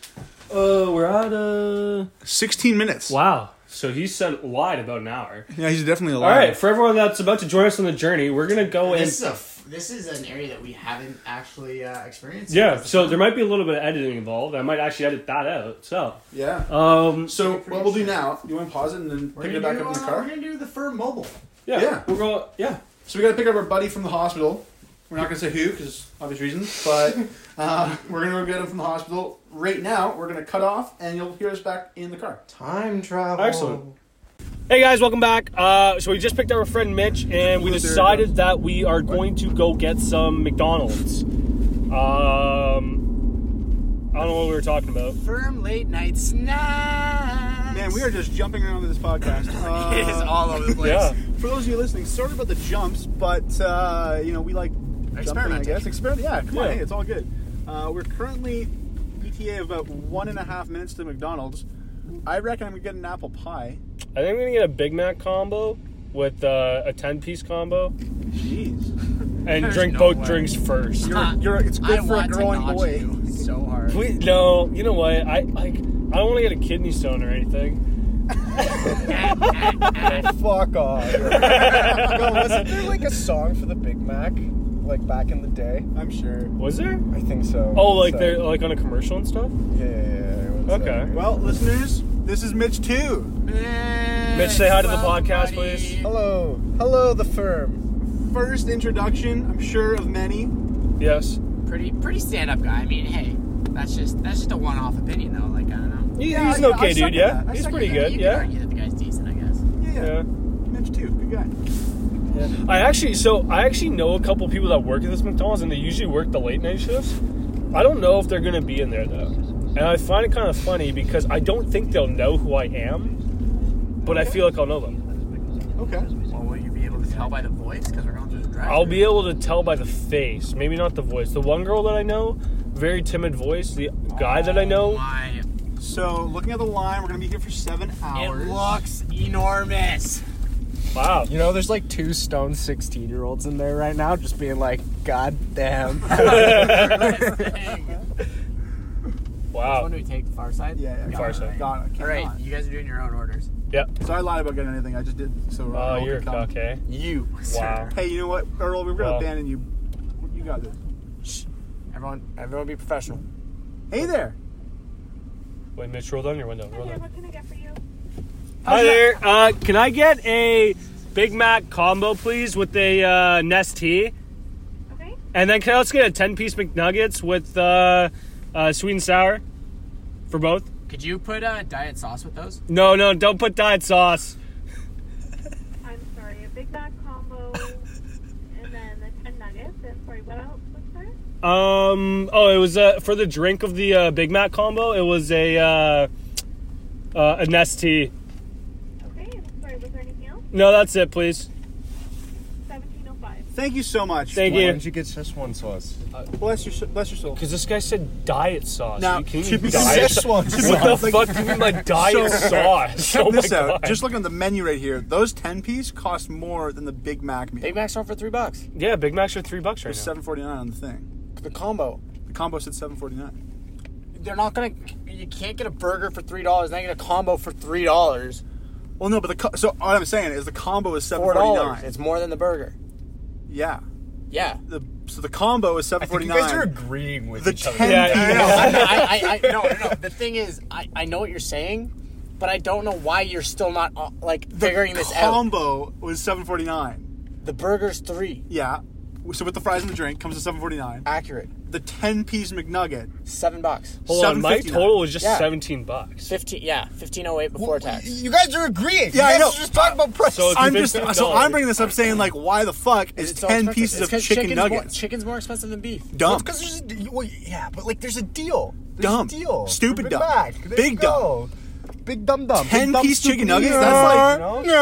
[SPEAKER 3] Uh, we're at uh.
[SPEAKER 1] 16 minutes.
[SPEAKER 3] Wow. So he said lied about an hour.
[SPEAKER 1] Yeah, he's definitely
[SPEAKER 3] All right, for everyone that's about to join us on the journey, we're gonna go in.
[SPEAKER 4] This is a f- this is an area that we haven't actually uh, experienced.
[SPEAKER 3] Yeah, so there might be a little bit of editing involved. I might actually edit that out. So,
[SPEAKER 1] Yeah.
[SPEAKER 3] um,
[SPEAKER 1] So
[SPEAKER 4] pretty
[SPEAKER 1] what we'll do
[SPEAKER 4] sure.
[SPEAKER 1] now? You want to pause it and then
[SPEAKER 4] We're
[SPEAKER 1] pick
[SPEAKER 4] gonna,
[SPEAKER 1] it back
[SPEAKER 4] do,
[SPEAKER 1] up in the
[SPEAKER 4] uh,
[SPEAKER 1] car?
[SPEAKER 4] we're gonna do the firm mobile.
[SPEAKER 3] yeah,
[SPEAKER 1] Yeah.
[SPEAKER 3] we're going. Yeah,
[SPEAKER 1] So we got to pick up our buddy from the hospital. We're not going to say who because obvious reasons, but uh, we're going to go get him from the hospital. Right now, we're going to cut off and you'll hear us back in the car.
[SPEAKER 4] Time travel.
[SPEAKER 3] Excellent. Hey guys, welcome back. Uh, so we just picked up our friend Mitch, and we decided that we are going to go get some McDonald's. Um, I don't know what we were talking about.
[SPEAKER 4] Firm late night snacks.
[SPEAKER 5] <laughs>
[SPEAKER 1] just jumping around this <laughs> podcast. Uh,
[SPEAKER 4] It is all over the place.
[SPEAKER 3] Yeah,
[SPEAKER 1] For those of you listening, sorry about the jumps, but uh, you know we like jumping. I
[SPEAKER 4] Experimenting.
[SPEAKER 1] guess experiment. Yeah, come on,
[SPEAKER 3] Yeah.
[SPEAKER 1] hey, it's all good. Uh, we're currently ETA of about one and a half minutes to McDonald's. I reckon I'm gonna get an apple pie.
[SPEAKER 3] I think I'm gonna get a Big Mac combo with uh, a ten-piece combo
[SPEAKER 1] Jeez,
[SPEAKER 3] and
[SPEAKER 4] There's
[SPEAKER 3] drink
[SPEAKER 4] no
[SPEAKER 3] both
[SPEAKER 4] way.
[SPEAKER 3] drinks first.
[SPEAKER 1] you're,
[SPEAKER 6] Uh,
[SPEAKER 1] you're it's
[SPEAKER 4] I
[SPEAKER 1] good for a
[SPEAKER 4] want to
[SPEAKER 1] growing
[SPEAKER 4] notch
[SPEAKER 1] boy. <laughs>
[SPEAKER 4] you so
[SPEAKER 3] <laughs>
[SPEAKER 4] hard.
[SPEAKER 3] We, no, you know what? I like. I don't want to get a kidney stone or anything.
[SPEAKER 6] Fuck <laughs> off. no, wasn't there like a song for the Big Mac? Like back in the day?
[SPEAKER 1] I'm sure.
[SPEAKER 3] Was there?
[SPEAKER 6] I think so.
[SPEAKER 3] Oh, like
[SPEAKER 6] So-
[SPEAKER 3] they're like on a commercial and stuff.
[SPEAKER 6] Yeah, yeah, yeah. it was, uh,
[SPEAKER 3] Okay.
[SPEAKER 1] Well, listeners, this is Mitch too.
[SPEAKER 3] Mitch, say hi to the podcast, please.
[SPEAKER 5] Oh.
[SPEAKER 6] hello. Hello, the firm.
[SPEAKER 1] First introduction, I'm sure of many.
[SPEAKER 3] Yes.
[SPEAKER 5] pretty pretty stand up guy. I mean, hey, that's just that's just a one off opinion though. Like I don't know.
[SPEAKER 3] He-
[SPEAKER 1] Yeah,
[SPEAKER 3] he's an
[SPEAKER 1] yeah, I
[SPEAKER 3] okay
[SPEAKER 1] second
[SPEAKER 3] dude. Yeah,
[SPEAKER 1] that. I
[SPEAKER 3] he's
[SPEAKER 1] second
[SPEAKER 3] pretty
[SPEAKER 1] that.
[SPEAKER 5] You
[SPEAKER 3] good.
[SPEAKER 5] could
[SPEAKER 3] Yeah.
[SPEAKER 5] argue that the guy's decent, I guess.
[SPEAKER 1] Yeah, yeah.
[SPEAKER 3] Yeah.
[SPEAKER 1] Mitch too, good guy.
[SPEAKER 3] I actually, so I actually know a couple people that work at this McDonald's, and they usually work the late night shifts. I don't know if they're gonna be in there though, and I find it kind of funny because I don't think they'll know who I am, but I feel like I'll know them.
[SPEAKER 1] Okay.
[SPEAKER 5] Well, will you be able to tell by the voice? Because we're going through the drive.
[SPEAKER 3] I'll be able to tell by the face, maybe not the voice. The one girl that I know, very timid voice. The guy that I know,
[SPEAKER 5] My,
[SPEAKER 1] So looking at the line, we're gonna be here for seven
[SPEAKER 5] it
[SPEAKER 1] hours.
[SPEAKER 5] looks <laughs>
[SPEAKER 3] <laughs>
[SPEAKER 5] enormous.
[SPEAKER 3] wow. <laughs>
[SPEAKER 6] You know, there's like two stone 16 year olds in there right now just being like, God <laughs> damn.
[SPEAKER 5] Dang.
[SPEAKER 3] Wow.
[SPEAKER 5] When do we take the far side?
[SPEAKER 1] yeah, yeah.
[SPEAKER 3] Far side.
[SPEAKER 1] God, I
[SPEAKER 5] All right, you guys are doing your own orders.
[SPEAKER 3] Yep.
[SPEAKER 1] So I lied about getting anything. I just did. So
[SPEAKER 3] Oh,
[SPEAKER 1] Earl
[SPEAKER 3] you're
[SPEAKER 1] could come.
[SPEAKER 3] okay.
[SPEAKER 5] You.
[SPEAKER 4] <laughs>
[SPEAKER 3] Wow.
[SPEAKER 1] Hey, you know what, Earl? We're gonna
[SPEAKER 3] Well.
[SPEAKER 1] abandon you. You got this.
[SPEAKER 6] everyone, everyone be professional.
[SPEAKER 1] Hey there.
[SPEAKER 3] Wait, Mitch, roll down your window. Roll down.
[SPEAKER 7] What can I get for you?
[SPEAKER 3] Hi there. Uh, can I get a Big Mac combo, please, with a uh, Nest tea?
[SPEAKER 7] Okay.
[SPEAKER 3] And then can I also get a 10 piece McNuggets with uh, uh, sweet and sour for both?
[SPEAKER 5] Could you put uh, diet sauce with those?
[SPEAKER 3] No, no, don't put diet sauce.
[SPEAKER 7] I'm sorry, a Big Mac combo and then the 10 nuggets. And sorry, what else was there?
[SPEAKER 3] Um, oh, it was uh, for the drink of the uh, Big Mac combo, it was a, uh, uh, a Nest tea.
[SPEAKER 7] Okay, and sorry, was there anything else?
[SPEAKER 3] No, that's it, please.
[SPEAKER 7] 1705.
[SPEAKER 1] Thank you so much.
[SPEAKER 3] Thank
[SPEAKER 6] Why
[SPEAKER 3] you.
[SPEAKER 6] didn't you get Szechuan sauce?
[SPEAKER 1] Bless your bless your soul.
[SPEAKER 3] Because this guy said diet sauce.
[SPEAKER 1] Now,
[SPEAKER 3] you Oh can't
[SPEAKER 1] to be
[SPEAKER 3] eat diet <laughs> sauce.
[SPEAKER 6] Szechuan
[SPEAKER 3] What
[SPEAKER 6] sauce.
[SPEAKER 3] the fuck do you
[SPEAKER 1] <laughs>
[SPEAKER 3] mean by diet sauce? Oh
[SPEAKER 1] Check
[SPEAKER 3] my
[SPEAKER 1] this out.
[SPEAKER 3] God.
[SPEAKER 1] Just looking at the menu right here, those ten piece cost more than the Big Mac meal.
[SPEAKER 4] Big Macs aren't for three bucks.
[SPEAKER 3] yeah, Big Macs are three bucks right
[SPEAKER 1] It's
[SPEAKER 3] now.
[SPEAKER 1] seven forty nine on the thing.
[SPEAKER 4] The combo.
[SPEAKER 1] The combo said seven forty nine.
[SPEAKER 4] They're not gonna. You can't get a burger for three dollars. Then get a combo for three dollars.
[SPEAKER 1] Well, no, but the co- so what I'm saying is the combo is seven
[SPEAKER 4] Four
[SPEAKER 1] forty
[SPEAKER 4] dollars.
[SPEAKER 1] nine.
[SPEAKER 4] It's more than the burger.
[SPEAKER 1] Yeah.
[SPEAKER 4] Yeah.
[SPEAKER 1] The so the combo is seven
[SPEAKER 3] I think
[SPEAKER 1] forty
[SPEAKER 3] you guys are
[SPEAKER 1] nine.
[SPEAKER 3] agreeing with
[SPEAKER 1] The
[SPEAKER 3] each other.
[SPEAKER 1] ten
[SPEAKER 3] Yeah,
[SPEAKER 1] <laughs>
[SPEAKER 4] No, I, I, I, no, no, no. The thing is, I, I know what you're saying, but I don't know why you're still not uh, like figuring this out.
[SPEAKER 1] combo was seven forty nine.
[SPEAKER 4] The burger's three.
[SPEAKER 1] Yeah. So with the fries and the drink comes to seven forty nine.
[SPEAKER 4] Accurate.
[SPEAKER 1] The ten piece McNugget.
[SPEAKER 4] Seven bucks.
[SPEAKER 3] Hold on, my
[SPEAKER 1] 7.59.
[SPEAKER 3] total was just
[SPEAKER 4] Yeah.
[SPEAKER 3] 17 bucks.
[SPEAKER 4] Fifteen. Yeah, fifteen oh eight before tax.
[SPEAKER 6] You guys are agreeing.
[SPEAKER 1] Yeah, I
[SPEAKER 6] you guys
[SPEAKER 1] know.
[SPEAKER 6] are Just talk about price.
[SPEAKER 3] So if you
[SPEAKER 1] I'm
[SPEAKER 3] think
[SPEAKER 1] just
[SPEAKER 3] that-
[SPEAKER 1] so
[SPEAKER 3] no,
[SPEAKER 1] I'm bringing this up saying like why the fuck is
[SPEAKER 4] It's so
[SPEAKER 1] ten
[SPEAKER 4] expensive.
[SPEAKER 1] pieces
[SPEAKER 4] It's
[SPEAKER 1] of
[SPEAKER 4] 'cause
[SPEAKER 1] chicken
[SPEAKER 4] chicken's more-
[SPEAKER 1] nuggets?
[SPEAKER 4] chicken's more expensive than beef.
[SPEAKER 1] Dumb.
[SPEAKER 6] because there's a d- well, yeah, but like there's a deal. There's
[SPEAKER 1] Dumb.
[SPEAKER 6] a deal.
[SPEAKER 1] Stupid
[SPEAKER 6] For Big
[SPEAKER 1] dumb.
[SPEAKER 6] Mac. There
[SPEAKER 1] Big
[SPEAKER 6] you go. Big dumb dumb.
[SPEAKER 1] Ten
[SPEAKER 6] Big dumb
[SPEAKER 1] piece chicken
[SPEAKER 6] stupid
[SPEAKER 1] nuggets? That's
[SPEAKER 6] dumb. You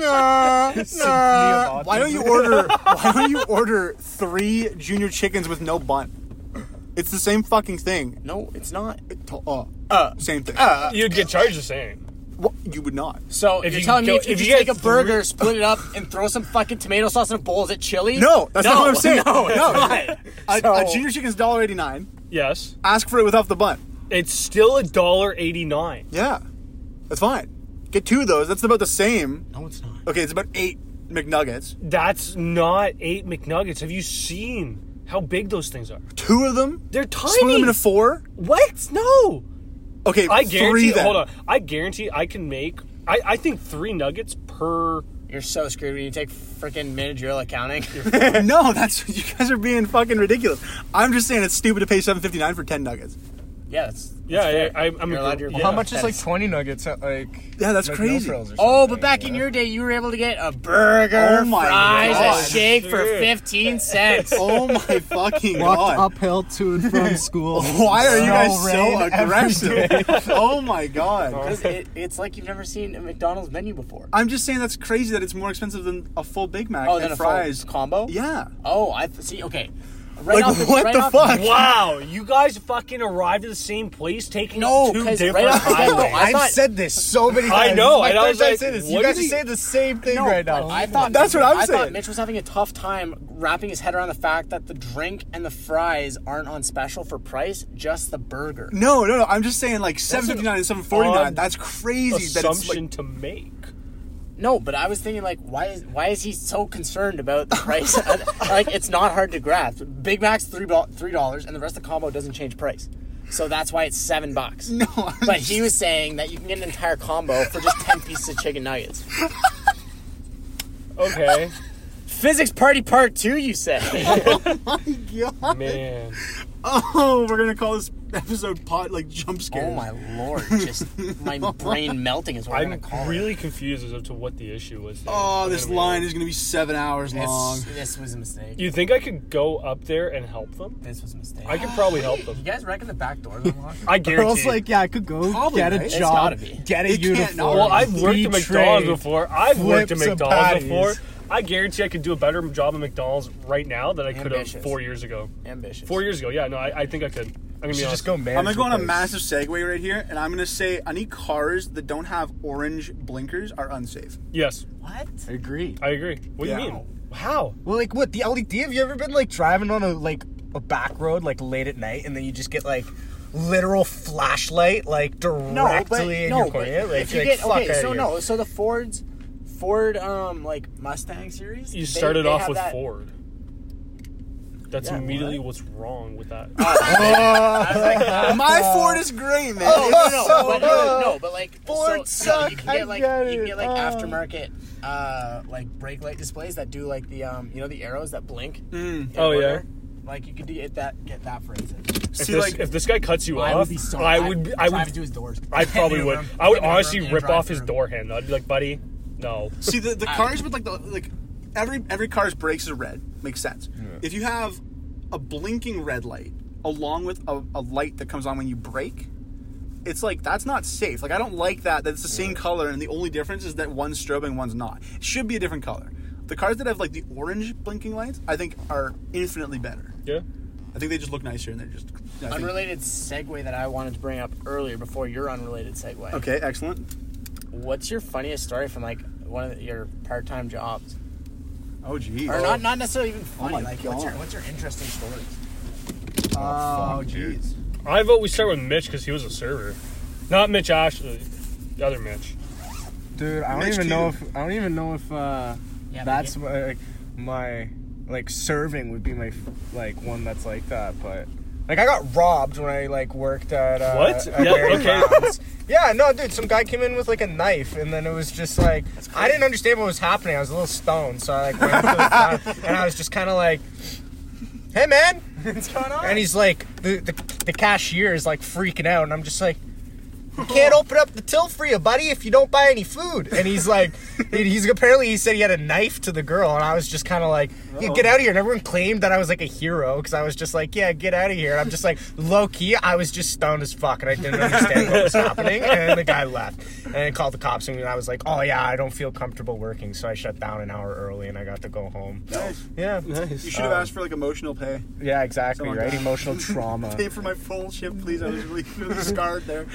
[SPEAKER 6] know? Symphony of
[SPEAKER 1] Why don't you order? why don't you order three junior chickens with no bun? It's the same fucking thing.
[SPEAKER 4] No, it's not.
[SPEAKER 1] It to- uh, same thing.
[SPEAKER 3] You'd get charged the same.
[SPEAKER 1] Wha- you would not.
[SPEAKER 4] So
[SPEAKER 3] If
[SPEAKER 4] you're
[SPEAKER 3] you
[SPEAKER 4] telling
[SPEAKER 3] go-
[SPEAKER 4] me if you,
[SPEAKER 3] if you
[SPEAKER 4] just
[SPEAKER 3] get
[SPEAKER 4] take a
[SPEAKER 3] three-
[SPEAKER 4] burger, split it up, and throw some fucking tomato sauce in a bowl, is it chili?
[SPEAKER 1] No, that's not
[SPEAKER 4] No,
[SPEAKER 1] what I'm saying.
[SPEAKER 4] no, it's
[SPEAKER 1] no. A,
[SPEAKER 4] So-
[SPEAKER 1] a junior chicken's dollar eighty nine.
[SPEAKER 3] Yes.
[SPEAKER 1] Ask for it without the bun.
[SPEAKER 3] It's still a dollar eighty nine.
[SPEAKER 1] Yeah, that's fine. Get two of those. That's about the same.
[SPEAKER 4] No, it's not.
[SPEAKER 1] Okay, it's about eight McNuggets.
[SPEAKER 3] That's not eight McNuggets. Have you seen how big those things are?
[SPEAKER 1] Two of them.
[SPEAKER 3] They're
[SPEAKER 1] Split them
[SPEAKER 3] tiny.
[SPEAKER 1] into four.
[SPEAKER 3] what? No.
[SPEAKER 1] Okay,
[SPEAKER 3] I
[SPEAKER 1] three
[SPEAKER 3] guarantee.
[SPEAKER 1] then.
[SPEAKER 3] Hold on. I guarantee I can make. I, I think three nuggets per.
[SPEAKER 4] You're so screwed when you take freaking managerial accounting. <laughs>
[SPEAKER 1] <laughs> no, that's you guys are being fucking ridiculous. I'm just saying it's stupid to pay seven fifty nine for ten nuggets.
[SPEAKER 4] yeah, that's,
[SPEAKER 3] Yeah, yeah. I, I'm
[SPEAKER 4] You're allowed your-
[SPEAKER 3] yeah.
[SPEAKER 6] How much is
[SPEAKER 4] That's-
[SPEAKER 6] like twenty nuggets? At, like
[SPEAKER 1] Yeah, that's
[SPEAKER 6] like,
[SPEAKER 1] crazy.
[SPEAKER 6] No frills or
[SPEAKER 4] Oh,
[SPEAKER 6] something,
[SPEAKER 4] but back
[SPEAKER 6] yeah.
[SPEAKER 4] in your day, you were able to get a burger,
[SPEAKER 1] Oh my
[SPEAKER 4] fries,
[SPEAKER 1] God.
[SPEAKER 4] a shake for
[SPEAKER 3] Sure.
[SPEAKER 4] fifteen cents.
[SPEAKER 1] Oh my <laughs> fucking
[SPEAKER 6] walked
[SPEAKER 1] god!
[SPEAKER 6] uphill to and <laughs> from school.
[SPEAKER 1] Why are you
[SPEAKER 6] Snow
[SPEAKER 1] guys so
[SPEAKER 6] rain every
[SPEAKER 1] aggressive? <laughs> oh my god!
[SPEAKER 4] 'Cause it, <laughs> it's like you've never seen a McDonald's menu before.
[SPEAKER 1] I'm just saying that's crazy that it's more expensive than a full Big Mac
[SPEAKER 4] Oh,
[SPEAKER 1] and
[SPEAKER 4] then a full
[SPEAKER 1] fries.
[SPEAKER 4] combo.
[SPEAKER 1] Yeah.
[SPEAKER 4] Oh, I see. Okay. Right
[SPEAKER 1] Like,
[SPEAKER 4] off
[SPEAKER 1] what
[SPEAKER 4] right
[SPEAKER 1] the
[SPEAKER 4] off
[SPEAKER 1] fuck?
[SPEAKER 3] <laughs> Wow, you guys fucking arrived at the same place, taking
[SPEAKER 4] No,
[SPEAKER 3] two
[SPEAKER 4] 'cause
[SPEAKER 3] different
[SPEAKER 4] right off the get-go,
[SPEAKER 3] highways.
[SPEAKER 4] I
[SPEAKER 6] I've
[SPEAKER 4] thought-
[SPEAKER 6] said this so many
[SPEAKER 3] I
[SPEAKER 6] times.
[SPEAKER 3] know, and
[SPEAKER 6] This is my
[SPEAKER 3] I
[SPEAKER 6] first
[SPEAKER 3] was
[SPEAKER 6] time
[SPEAKER 3] like,
[SPEAKER 6] saying this.
[SPEAKER 3] what
[SPEAKER 6] You guys
[SPEAKER 3] is
[SPEAKER 6] are
[SPEAKER 3] he-
[SPEAKER 6] saying the same thing
[SPEAKER 4] No,
[SPEAKER 6] right
[SPEAKER 4] but
[SPEAKER 6] now.
[SPEAKER 4] I thought
[SPEAKER 1] That's what I'm
[SPEAKER 4] I
[SPEAKER 1] saying.
[SPEAKER 4] thought Mitch was having a tough time wrapping his head around the fact that the drink and the fries aren't on special for price, just the burger.
[SPEAKER 1] No, no, no. I'm just saying like seven fifty nine and seven forty nine.
[SPEAKER 3] odd
[SPEAKER 1] That's crazy. That it's
[SPEAKER 3] Assumption
[SPEAKER 1] like,
[SPEAKER 3] to make.
[SPEAKER 4] No, but I was thinking like, why is why is he so concerned about the price? <laughs> like, it's not hard to grasp. Big Mac's three bo- three dollars, and the rest of the combo doesn't change price. So that's why it's seven bucks.
[SPEAKER 3] <laughs>
[SPEAKER 4] No, but he was saying that you can get an entire combo for just ten pieces of chicken nuggets.
[SPEAKER 3] Okay,
[SPEAKER 4] Physics party part two, you said.
[SPEAKER 3] man.
[SPEAKER 1] <laughs> oh, we're gonna call this episode pot like jump scares.
[SPEAKER 4] <laughs> oh my lord! Just
[SPEAKER 3] <laughs>
[SPEAKER 4] my brain melting is what I'm,
[SPEAKER 3] I'm
[SPEAKER 4] gonna call it.
[SPEAKER 3] really confused as to what the issue was. there.
[SPEAKER 1] Oh, this
[SPEAKER 3] Anyway.
[SPEAKER 1] line is gonna be seven hours long.
[SPEAKER 4] This, this was a mistake.
[SPEAKER 3] You think I could go up there and help them?
[SPEAKER 4] this was a mistake.
[SPEAKER 3] I could probably help
[SPEAKER 4] you
[SPEAKER 3] them.
[SPEAKER 4] guys reckon the back door's unlocked?
[SPEAKER 3] <laughs> I guarantee.
[SPEAKER 6] <laughs> Girls like, yeah, I could go get a
[SPEAKER 1] right? It's
[SPEAKER 6] job,
[SPEAKER 4] gotta be.
[SPEAKER 6] get a
[SPEAKER 1] It can't
[SPEAKER 6] uniform.
[SPEAKER 1] not.
[SPEAKER 3] well, I've worked
[SPEAKER 6] be
[SPEAKER 3] at McDonald's
[SPEAKER 6] trained.
[SPEAKER 3] before. I've worked at
[SPEAKER 6] Flips and
[SPEAKER 3] McDonald's
[SPEAKER 6] patties.
[SPEAKER 3] before. I guarantee I could do a better job at McDonald's right now than I could have
[SPEAKER 4] Ambitious.
[SPEAKER 3] four years ago.
[SPEAKER 4] Ambitious.
[SPEAKER 3] Four years ago, yeah. No, I, I think I could. I'm gonna
[SPEAKER 6] You
[SPEAKER 3] be
[SPEAKER 6] should
[SPEAKER 3] honest.
[SPEAKER 6] just go marriage.
[SPEAKER 1] I'm gonna go on a
[SPEAKER 6] replace.
[SPEAKER 1] massive segue right here, and I'm gonna say any cars that don't have orange blinkers are unsafe.
[SPEAKER 3] Yes,
[SPEAKER 4] What?
[SPEAKER 6] I agree.
[SPEAKER 3] I agree. What do
[SPEAKER 1] Yeah.
[SPEAKER 3] you mean? How?
[SPEAKER 6] Well, like what the LED? Have you ever been like driving on a like a back road like late at night, and then you just get like literal flashlight like directly
[SPEAKER 4] No, but
[SPEAKER 6] in
[SPEAKER 4] no,
[SPEAKER 6] your
[SPEAKER 4] but
[SPEAKER 6] corner? Like,
[SPEAKER 4] if you
[SPEAKER 6] like,
[SPEAKER 4] get
[SPEAKER 6] fuck
[SPEAKER 4] okay,
[SPEAKER 6] outta
[SPEAKER 4] so
[SPEAKER 6] here.
[SPEAKER 4] no, so the Fords, Ford, um, like Mustang series.
[SPEAKER 3] You
[SPEAKER 4] they-
[SPEAKER 3] started
[SPEAKER 4] they
[SPEAKER 3] off
[SPEAKER 4] have
[SPEAKER 3] with
[SPEAKER 4] that-
[SPEAKER 3] Ford. That's
[SPEAKER 4] Yeah, Ah,
[SPEAKER 3] immediately what's wrong with that. Uh,
[SPEAKER 1] My Ford is great, man.
[SPEAKER 4] No, no, no, no, but,
[SPEAKER 6] <laughs>
[SPEAKER 4] no, no, but like
[SPEAKER 6] Ford
[SPEAKER 4] so, no,
[SPEAKER 6] suck,
[SPEAKER 4] you can
[SPEAKER 6] I
[SPEAKER 4] get like
[SPEAKER 6] get
[SPEAKER 4] you can
[SPEAKER 6] it,
[SPEAKER 4] get like
[SPEAKER 6] oh.
[SPEAKER 4] aftermarket, uh, like brake light displays that do like the um, you know, the arrows that blink. in
[SPEAKER 6] Mm.
[SPEAKER 3] Oh, yeah.
[SPEAKER 4] order. Like you could do get that, get that for instance.
[SPEAKER 3] if,
[SPEAKER 1] See,
[SPEAKER 3] this,
[SPEAKER 1] like,
[SPEAKER 3] if this guy cuts you
[SPEAKER 4] I
[SPEAKER 3] off,
[SPEAKER 4] would be so.
[SPEAKER 3] I would. be- I
[SPEAKER 4] drive
[SPEAKER 3] would.
[SPEAKER 4] to his doors.
[SPEAKER 3] I
[SPEAKER 4] <laughs>
[SPEAKER 3] probably
[SPEAKER 4] Hit
[SPEAKER 3] would.
[SPEAKER 4] him,
[SPEAKER 3] I would
[SPEAKER 4] hit him
[SPEAKER 3] honestly
[SPEAKER 4] in a
[SPEAKER 3] rip off his
[SPEAKER 4] drive-thru.
[SPEAKER 3] door handle. I'd be like, buddy, no.
[SPEAKER 1] See the, the cars with like the like every every car's brakes are red. Makes sense. If you have a blinking red light along with a, a light that comes on when you brake, it's like that's not safe. Like I don't like that. That it's the same color, and the only difference is that one's strobing, one's not. It should be a different color. The cars that have like the orange blinking lights, I think, are infinitely better.
[SPEAKER 8] Yeah.
[SPEAKER 1] I think they just look nicer and they're just. I think-
[SPEAKER 4] Unrelated segue that I wanted to bring up earlier before your unrelated segue.
[SPEAKER 1] Okay, excellent.
[SPEAKER 4] What's your funniest story from like one of the, your part-time jobs?
[SPEAKER 1] Oh, geez.
[SPEAKER 4] Or not not necessarily even
[SPEAKER 1] Oh
[SPEAKER 4] funny.
[SPEAKER 1] my
[SPEAKER 4] like what's your
[SPEAKER 1] God.
[SPEAKER 4] what's your interesting story?
[SPEAKER 1] Oh, geez.
[SPEAKER 3] I vote we start with Mitch because he was a server, not Mitch Ashley, the other Mitch.
[SPEAKER 6] Dude, I don't
[SPEAKER 1] Mitch
[SPEAKER 6] even know
[SPEAKER 1] Keaton.
[SPEAKER 6] if I don't even know if uh,
[SPEAKER 4] Yeah,
[SPEAKER 6] that's my, like my like serving would be my like one that's like that, but like I got robbed when I like worked at uh,
[SPEAKER 3] What?
[SPEAKER 6] At
[SPEAKER 3] Yeah,
[SPEAKER 6] Barry
[SPEAKER 3] okay.
[SPEAKER 6] Brown's. yeah, no, dude, some guy came in with like a knife, and then it was just like I didn't understand what was happening. I was a little stoned, so I like went up to the front, and I was just kind of like, "Hey, man,
[SPEAKER 4] what's going on?
[SPEAKER 6] and he's like, the, the, the cashier is like freaking out, and I'm just like, you can't open up the till for you, buddy, if you don't buy any food. And he's <laughs> like, he- he's apparently he said he had a knife to the girl, and I was just kind of like, yeah, get out of here. And everyone claimed that I was like a hero because I was just like, yeah, get out of here. And I'm just like, low key, I was just stoned as fuck, and I didn't understand what was happening. And the guy left, and I called the cops, and I was like, oh yeah, I don't feel comfortable working, so I shut down an hour early, and I got to go home. Yeah,
[SPEAKER 1] You should have asked for like emotional pay.
[SPEAKER 6] yeah, exactly,
[SPEAKER 1] Someone
[SPEAKER 6] right?
[SPEAKER 1] got-
[SPEAKER 6] Emotional trauma.
[SPEAKER 1] Pay for my full shift, please. I was really, <laughs> really scarred there.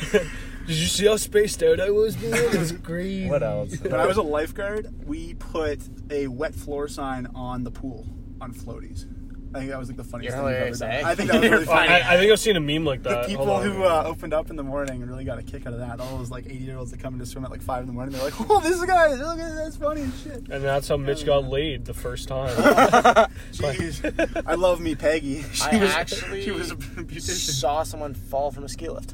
[SPEAKER 3] Did you see how spaced out I was?
[SPEAKER 6] <laughs> What else?
[SPEAKER 1] When I was a lifeguard, we put a wet floor sign on the pool on floaties. I think that was like the funniest
[SPEAKER 4] You're
[SPEAKER 1] thing I've ever
[SPEAKER 4] hilarious,
[SPEAKER 1] done.
[SPEAKER 4] eh?
[SPEAKER 1] I think that was
[SPEAKER 4] You're
[SPEAKER 1] really funny.
[SPEAKER 4] funny.
[SPEAKER 3] I, I think I've seen a meme like
[SPEAKER 1] The
[SPEAKER 3] that. Hold
[SPEAKER 1] people
[SPEAKER 3] on.
[SPEAKER 1] who uh, opened up in the morning really got a kick out of that. All those like 80 year olds that come in to swim at like 5 in the morning, they're like, oh, this guy, look at that's funny as shit.
[SPEAKER 3] and that's how Mitch
[SPEAKER 1] Oh
[SPEAKER 3] got laid the
[SPEAKER 1] <laughs>
[SPEAKER 3] first time.
[SPEAKER 1] Jeez. I love me, Peggy. She
[SPEAKER 4] I
[SPEAKER 1] was,
[SPEAKER 4] actually
[SPEAKER 1] she was a beautician.
[SPEAKER 4] saw someone fall from a ski lift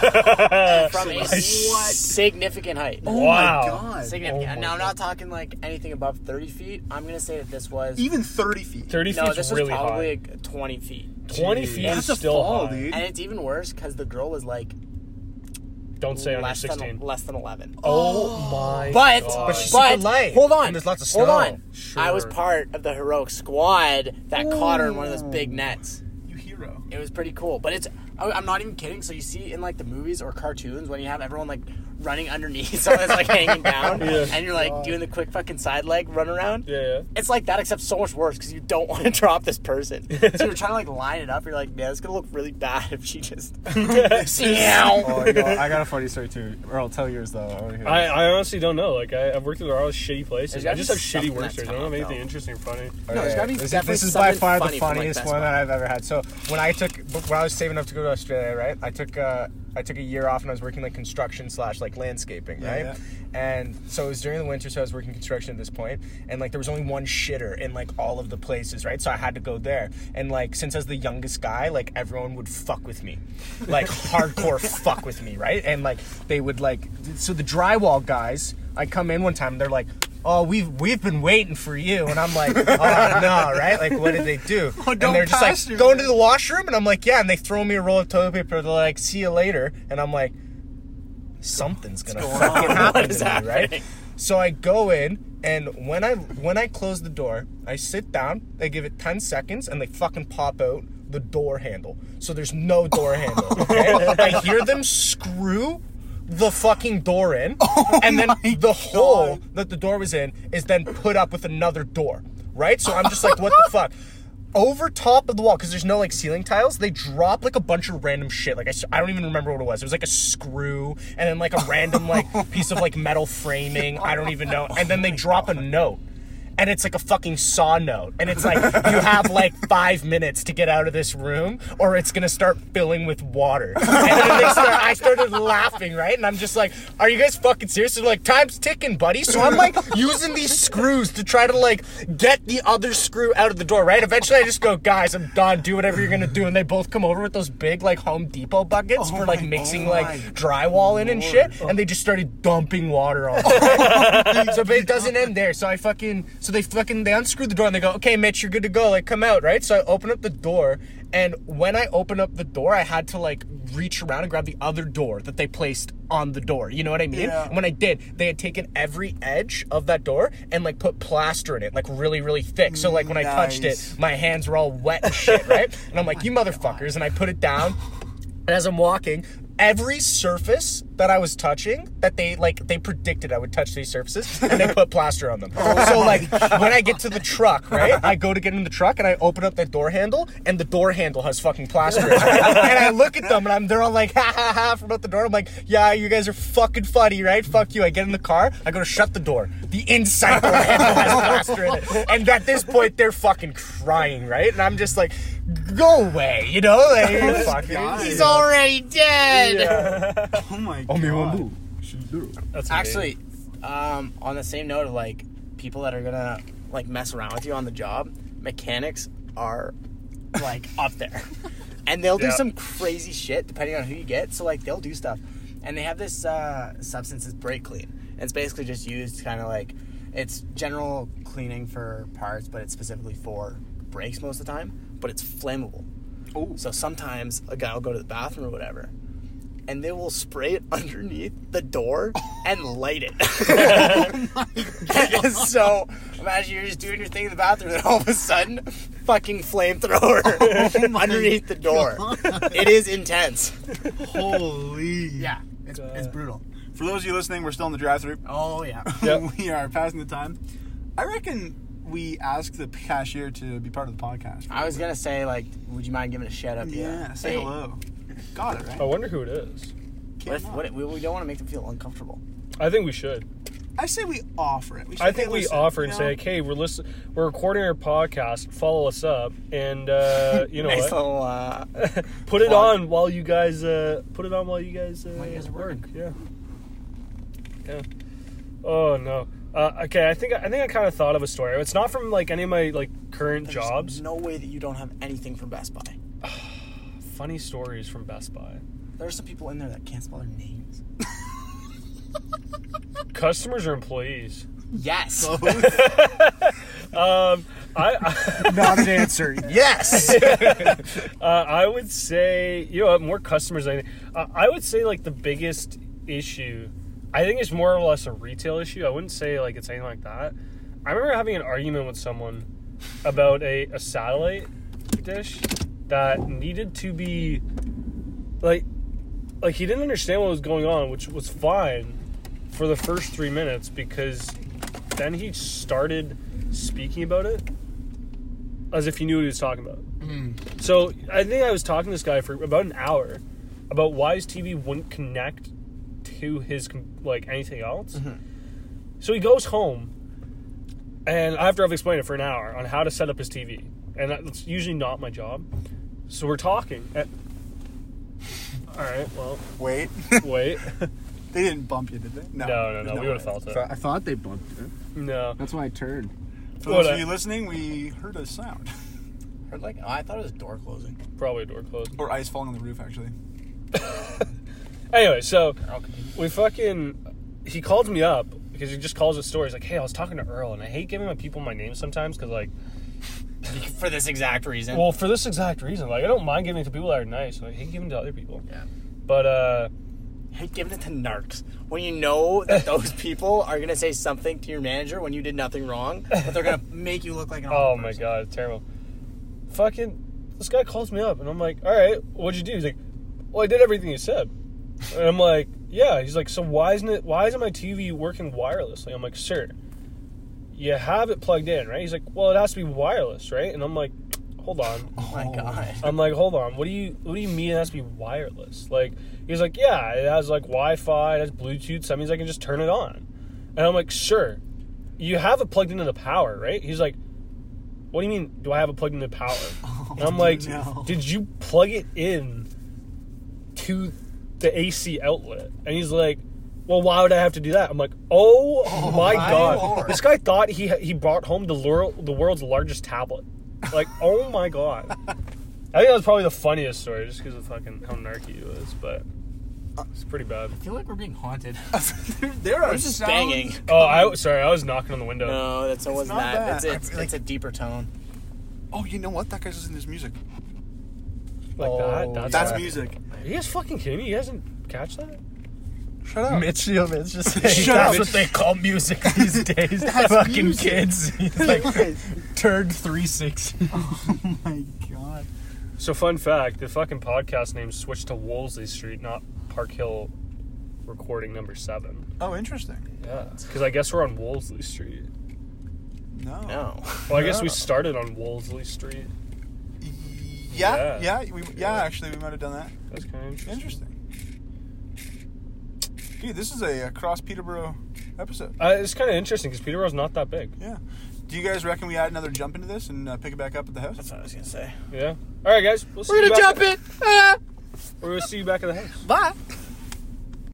[SPEAKER 4] from a
[SPEAKER 1] What?
[SPEAKER 4] significant height.
[SPEAKER 1] Oh My
[SPEAKER 3] wow.
[SPEAKER 1] God.
[SPEAKER 4] Significant.
[SPEAKER 3] Oh my
[SPEAKER 4] now I'm not talking like anything above 30 feet. I'm gonna say that this was
[SPEAKER 1] Even 30 feet.
[SPEAKER 3] 30
[SPEAKER 4] no,
[SPEAKER 3] feet's
[SPEAKER 4] this
[SPEAKER 3] really
[SPEAKER 4] was probably
[SPEAKER 3] high.
[SPEAKER 4] like 20 feet.
[SPEAKER 3] 20 feet
[SPEAKER 1] That's
[SPEAKER 3] is
[SPEAKER 1] a
[SPEAKER 3] still
[SPEAKER 1] fall,
[SPEAKER 3] high.
[SPEAKER 1] dude.
[SPEAKER 4] And it's even worse because the girl was like
[SPEAKER 3] Don't say under
[SPEAKER 4] less
[SPEAKER 3] 16.
[SPEAKER 4] than less than 11.
[SPEAKER 3] oh my
[SPEAKER 4] But
[SPEAKER 3] God.
[SPEAKER 4] but,
[SPEAKER 6] she's super light,
[SPEAKER 4] hold on,
[SPEAKER 6] and there's lots of
[SPEAKER 4] hold
[SPEAKER 6] snow.
[SPEAKER 4] on. I was
[SPEAKER 3] Sure.
[SPEAKER 4] part of the heroic squad that caught her in one of those big nets.
[SPEAKER 1] You hero.
[SPEAKER 4] It was pretty cool, but it's I- I'm not even kidding. So you see in like the movies or cartoons when you have everyone like running underneath, <laughs> someone's like hanging
[SPEAKER 6] <laughs>
[SPEAKER 4] down,
[SPEAKER 3] Yeah.
[SPEAKER 4] and you're like doing the quick fucking side leg run around.
[SPEAKER 3] Yeah, yeah.
[SPEAKER 4] It's like that, except so much worse because you don't <laughs> want to drop this person. so you're trying to like line it up. You're like, man, it's gonna look really bad if she
[SPEAKER 6] <laughs>
[SPEAKER 4] just. <laughs> Meow.
[SPEAKER 6] Oh, I got, I got a funny story too. Or I'll tell yours though. I wanna hear
[SPEAKER 3] I,
[SPEAKER 6] this.
[SPEAKER 3] I honestly don't know. Like I, I've worked at a lot of shitty places.
[SPEAKER 4] There's
[SPEAKER 3] I
[SPEAKER 4] gotta
[SPEAKER 3] just
[SPEAKER 4] be
[SPEAKER 3] have shitty
[SPEAKER 4] something
[SPEAKER 3] work
[SPEAKER 4] that's
[SPEAKER 3] stories. I
[SPEAKER 4] come
[SPEAKER 3] don't have
[SPEAKER 4] up,
[SPEAKER 3] anything
[SPEAKER 4] though.
[SPEAKER 3] interesting
[SPEAKER 1] <laughs>
[SPEAKER 3] or funny.
[SPEAKER 6] Okay.
[SPEAKER 4] no, there's gotta be
[SPEAKER 6] this,
[SPEAKER 4] definitely
[SPEAKER 6] this is by
[SPEAKER 4] something
[SPEAKER 6] far the
[SPEAKER 4] funny from, like,
[SPEAKER 6] funniest
[SPEAKER 4] Best
[SPEAKER 6] one
[SPEAKER 4] Buy.
[SPEAKER 6] that I've ever had. So when I took when I was saving up to go to Australia, right? I took uh, I took a year off and I was working like construction slash like landscaping,
[SPEAKER 1] Yeah,
[SPEAKER 6] right? And so it was during the winter, so I was working construction at this point, and like there was only one shitter in like all of the places, right? So I had to go there, and like since I was the youngest guy, like everyone would fuck with me,
[SPEAKER 1] <laughs>
[SPEAKER 6] like hardcore fuck with me, right? And like they would like so the drywall guys, I come in one time, they're like. Oh, we've we've been waiting for you, and I'm like, oh no, right? Like, what did they
[SPEAKER 1] <laughs>
[SPEAKER 6] do?
[SPEAKER 1] don't
[SPEAKER 6] and they're just
[SPEAKER 1] pass
[SPEAKER 6] like,
[SPEAKER 1] you,
[SPEAKER 6] go
[SPEAKER 1] man."
[SPEAKER 6] into the washroom, and I'm like, yeah, and they throw me a roll of toilet paper. They're like, see you later, and I'm like, something's gonna fucking happen to me, right? So I go in, and when I when I close the door, I sit down. They give it ten seconds, and they fucking pop out the door handle. So there's no door handle. Okay? I hear them screw the fucking door in, and then the hole that the door was in is then put up with another door. Right? So I'm just like, what the fuck? over top of the wall because there's no like ceiling tiles they drop like a bunch of random shit like I, s- I don't even remember what it was it was like a screw and then like a random like piece of like metal framing i don't even know and then they drop a note and it's like a fucking saw note and it's like you have like five minutes to get out of this room or it's gonna start filling with water and then they start, i started laughing right and i'm just like are you guys fucking serious they're like time's ticking buddy so i'm like using these screws to try to like get the other screw out of the door right eventually i just go guys i'm done do whatever you're gonna do and they both come over with those big like home depot buckets for like mixing like drywall in and shit and they just started dumping water on it <laughs> so but it doesn't end there. So I fucking so they fucking they unscrew the door and they go, okay, Mitch, you're good to go. Like come out, right? So I open up the door, and when I open up the door, I had to like reach around and grab the other door that they placed on the door. You know what I mean?
[SPEAKER 1] Yeah.
[SPEAKER 6] And when I did, they had taken every edge of that door and like put plaster in it, like really, really thick. So like when I touched it,
[SPEAKER 1] Nice. Oh
[SPEAKER 6] my
[SPEAKER 1] <laughs>
[SPEAKER 6] hands were all wet and shit, right? And I'm like, you motherfuckers, and I put it down. And as I'm walking, every surface that I was touching that they like they predicted I would touch these surfaces and they put plaster on them. so like when I get to the truck, right? I go to get in the truck and I open up that door handle and the door handle has fucking plaster. in it. and I look at them and I'm they're all like ha ha ha from out the door. I'm like, yeah, you guys are fucking funny, right? Fuck you. I get in the car, I go to shut the door. The inside door handle has plaster in it. And at this point they're fucking crying, right? And I'm just like Go away, you know? Like, you're fucking, he's already dead.
[SPEAKER 1] Oh my
[SPEAKER 6] Oh,
[SPEAKER 1] god.
[SPEAKER 6] me one boo.
[SPEAKER 3] That's
[SPEAKER 4] Actually, um, on the same note of like people that are gonna like mess around with you on the job, mechanics are like up there, and they'll do
[SPEAKER 6] Yeah.
[SPEAKER 4] some crazy shit depending on who you get. So like they'll do stuff, and they have this uh, substance is brake clean, and it's basically just used kind of like it's general cleaning for parts, but it's specifically for brakes most of the time. But it's flammable. So sometimes a guy will go to the bathroom or whatever, and they will spray it underneath the door and light it. <laughs> so imagine you're just doing your thing in the bathroom, and all of a sudden, fucking flamethrower <laughs> underneath the door. It is intense.
[SPEAKER 1] <laughs> Holy.
[SPEAKER 4] Yeah, it's, it's brutal.
[SPEAKER 1] For those of you listening, we're still in the drive-through.
[SPEAKER 4] Oh yeah.
[SPEAKER 1] <laughs> we are passing the time. I reckon we ask the cashier to be part of the podcast.
[SPEAKER 4] I was gonna say like, would you mind giving a shout out?
[SPEAKER 1] Yeah, say
[SPEAKER 4] Hey,
[SPEAKER 1] hello. Got it, right?
[SPEAKER 3] I wonder who it is.
[SPEAKER 4] What if, what if- we, we don't want to make them feel uncomfortable.
[SPEAKER 3] I think we should.
[SPEAKER 1] I say we offer it. say,
[SPEAKER 3] I think
[SPEAKER 1] "Hey,
[SPEAKER 3] we
[SPEAKER 1] listen,
[SPEAKER 3] offer and
[SPEAKER 1] you
[SPEAKER 3] say,
[SPEAKER 1] know,
[SPEAKER 3] like, hey, we're listen- we're recording our podcast. Follow us up,
[SPEAKER 1] <laughs>
[SPEAKER 3] and uh, you know
[SPEAKER 4] nice
[SPEAKER 3] what?
[SPEAKER 4] little. Uh,
[SPEAKER 3] put it
[SPEAKER 4] plug.
[SPEAKER 3] on while you guys. Uh, put it on while you guys. Uh,
[SPEAKER 4] While you guys
[SPEAKER 3] work. Yeah. Yeah. Oh no. Uh, okay, I think I think I kind of thought of a story. It's not from like any of my like current
[SPEAKER 4] there's
[SPEAKER 3] jobs.
[SPEAKER 4] No way that you don't have anything from Best Buy.
[SPEAKER 3] Funny stories from Best Buy.
[SPEAKER 4] There are some people in there that can't spell their names.
[SPEAKER 3] Customers or employees?
[SPEAKER 4] <laughs> Yes.
[SPEAKER 3] Um, I
[SPEAKER 6] Not an answer.
[SPEAKER 4] <laughs>
[SPEAKER 6] yes.
[SPEAKER 3] uh, I would say you know more customers. Than anything. uh, I would say like the biggest issue. I think it's more or less a retail issue. I wouldn't say like it's anything like that. I remember having an argument with someone about a, a satellite dish that needed to be like like he didn't understand what was going on, which was fine for the first three minutes because then he started speaking about it as if he knew what he was talking about. So I think I was talking to this guy for about an hour about why his TV wouldn't connect to his com- like anything else. So he goes home, and after I've explained it for an hour on how to set up his TV, and that's usually not my job. So we're talking. At- All right. Well,
[SPEAKER 1] Wait, <laughs>
[SPEAKER 3] wait.
[SPEAKER 1] they didn't bump you, did they? No,
[SPEAKER 3] No, no, no.
[SPEAKER 1] there's
[SPEAKER 3] we would have
[SPEAKER 1] way.
[SPEAKER 3] felt it.
[SPEAKER 6] I thought they bumped it.
[SPEAKER 3] No.
[SPEAKER 6] That's why I turned.
[SPEAKER 1] For those
[SPEAKER 3] What
[SPEAKER 1] of
[SPEAKER 3] a-
[SPEAKER 1] you listening, we heard a sound <laughs>
[SPEAKER 4] Heard like oh, I thought it was door closing.
[SPEAKER 3] Probably a door closed.
[SPEAKER 1] or ice falling on the roof. Actually,
[SPEAKER 3] Anyway, so we fucking. He called me up because he just calls with stories like, "Hey, I was talking to Earl, and I hate giving my people my name sometimes because like,
[SPEAKER 4] For this exact reason.
[SPEAKER 3] well, for this exact reason, like I don't mind giving it to people that are nice, and I hate giving it to other people.
[SPEAKER 4] Yeah.
[SPEAKER 3] But uh,
[SPEAKER 4] hate giving it to narcs when you know
[SPEAKER 3] <laughs>
[SPEAKER 4] that those people are gonna say something to your manager when you did nothing wrong, but they're gonna make you look like an.
[SPEAKER 3] oh
[SPEAKER 4] awful
[SPEAKER 3] my
[SPEAKER 4] person.
[SPEAKER 3] god, it's terrible. Fucking, this guy calls me up, and I'm like, "All right, what'd you do?" He's like, "Well, I did everything you said," and I'm like, "Yeah." He's like, "So why isn't it? Why isn't my TV working wirelessly?" I'm like, "Sir, you have it plugged in, right?" He's like, "Well, it has to be wireless, right?" And I'm like, "Hold on."
[SPEAKER 4] <laughs> Oh my god.
[SPEAKER 3] <laughs> I'm like, hold on, what do you what do you mean it has to be wireless? Like he's like, yeah, it has like Wi-Fi, it has Bluetooth. So that means I can just turn it on. And I'm like, sure, you have it plugged into the power, right? He's like, what do you mean? Do I have it plugged into <laughs> power? and I'm like, did you plug it in to the AC outlet? And he's like. Well, why would I have to do that? I'm like, oh, my, god!
[SPEAKER 4] Lord.
[SPEAKER 3] This guy thought he he brought home the lur- the world's largest tablet. <laughs> Like, oh my god! I think that was probably the funniest story, just because of fucking how narky it was, but Uh, it's pretty bad.
[SPEAKER 4] I feel like we're being haunted.
[SPEAKER 1] there, there are
[SPEAKER 4] This is
[SPEAKER 1] sounds.
[SPEAKER 4] banging.
[SPEAKER 3] Oh, I sorry, I was knocking on the window.
[SPEAKER 4] No, that's always
[SPEAKER 1] not
[SPEAKER 4] that.
[SPEAKER 1] that.
[SPEAKER 4] It's,
[SPEAKER 1] I
[SPEAKER 4] it's,
[SPEAKER 1] feel like-
[SPEAKER 4] it's a deeper tone.
[SPEAKER 1] Oh, you know what? That guy's listening to his music.
[SPEAKER 3] Like
[SPEAKER 6] Oh,
[SPEAKER 3] that. That's,
[SPEAKER 1] That's music. <laughs>
[SPEAKER 3] Are you guys fucking kidding me? You guys didn't catch that?
[SPEAKER 1] Shut up.
[SPEAKER 6] Mitchell, it's just
[SPEAKER 1] Shut
[SPEAKER 6] that's
[SPEAKER 1] up.
[SPEAKER 6] what they call <laughs> music these days. Fucking
[SPEAKER 1] music.
[SPEAKER 6] kids. It's <laughs> like turned 360.
[SPEAKER 1] My God.
[SPEAKER 3] So, fun fact: the fucking podcast name switched to Wolsey Street, not Park Hill recording number seven.
[SPEAKER 1] Oh, interesting.
[SPEAKER 3] Yeah, because I guess we're on Wolseley Street.
[SPEAKER 1] No.
[SPEAKER 4] No.
[SPEAKER 3] Well, I guess we
[SPEAKER 1] Yeah.
[SPEAKER 3] started on Wolseley Street.
[SPEAKER 1] Yeah,
[SPEAKER 3] Yeah.
[SPEAKER 1] yeah, we, yeah,
[SPEAKER 3] Yeah.
[SPEAKER 1] Actually, we might have done that.
[SPEAKER 3] That's kind of interesting.
[SPEAKER 1] Interesting. Dude, this is a, uh cross Peterborough episode.
[SPEAKER 3] Uh, it's kind of interesting because Peterborough's not that big.
[SPEAKER 1] Yeah. Do you guys reckon we add another jump into this and uh, pick it back up at the house?
[SPEAKER 4] That's what I was gonna say.
[SPEAKER 3] Yeah. All right, guys. We'll see
[SPEAKER 4] We're
[SPEAKER 3] you
[SPEAKER 4] gonna
[SPEAKER 3] back-
[SPEAKER 4] jump it.
[SPEAKER 3] <laughs>
[SPEAKER 4] Ah,
[SPEAKER 3] We're gonna see you back at the house.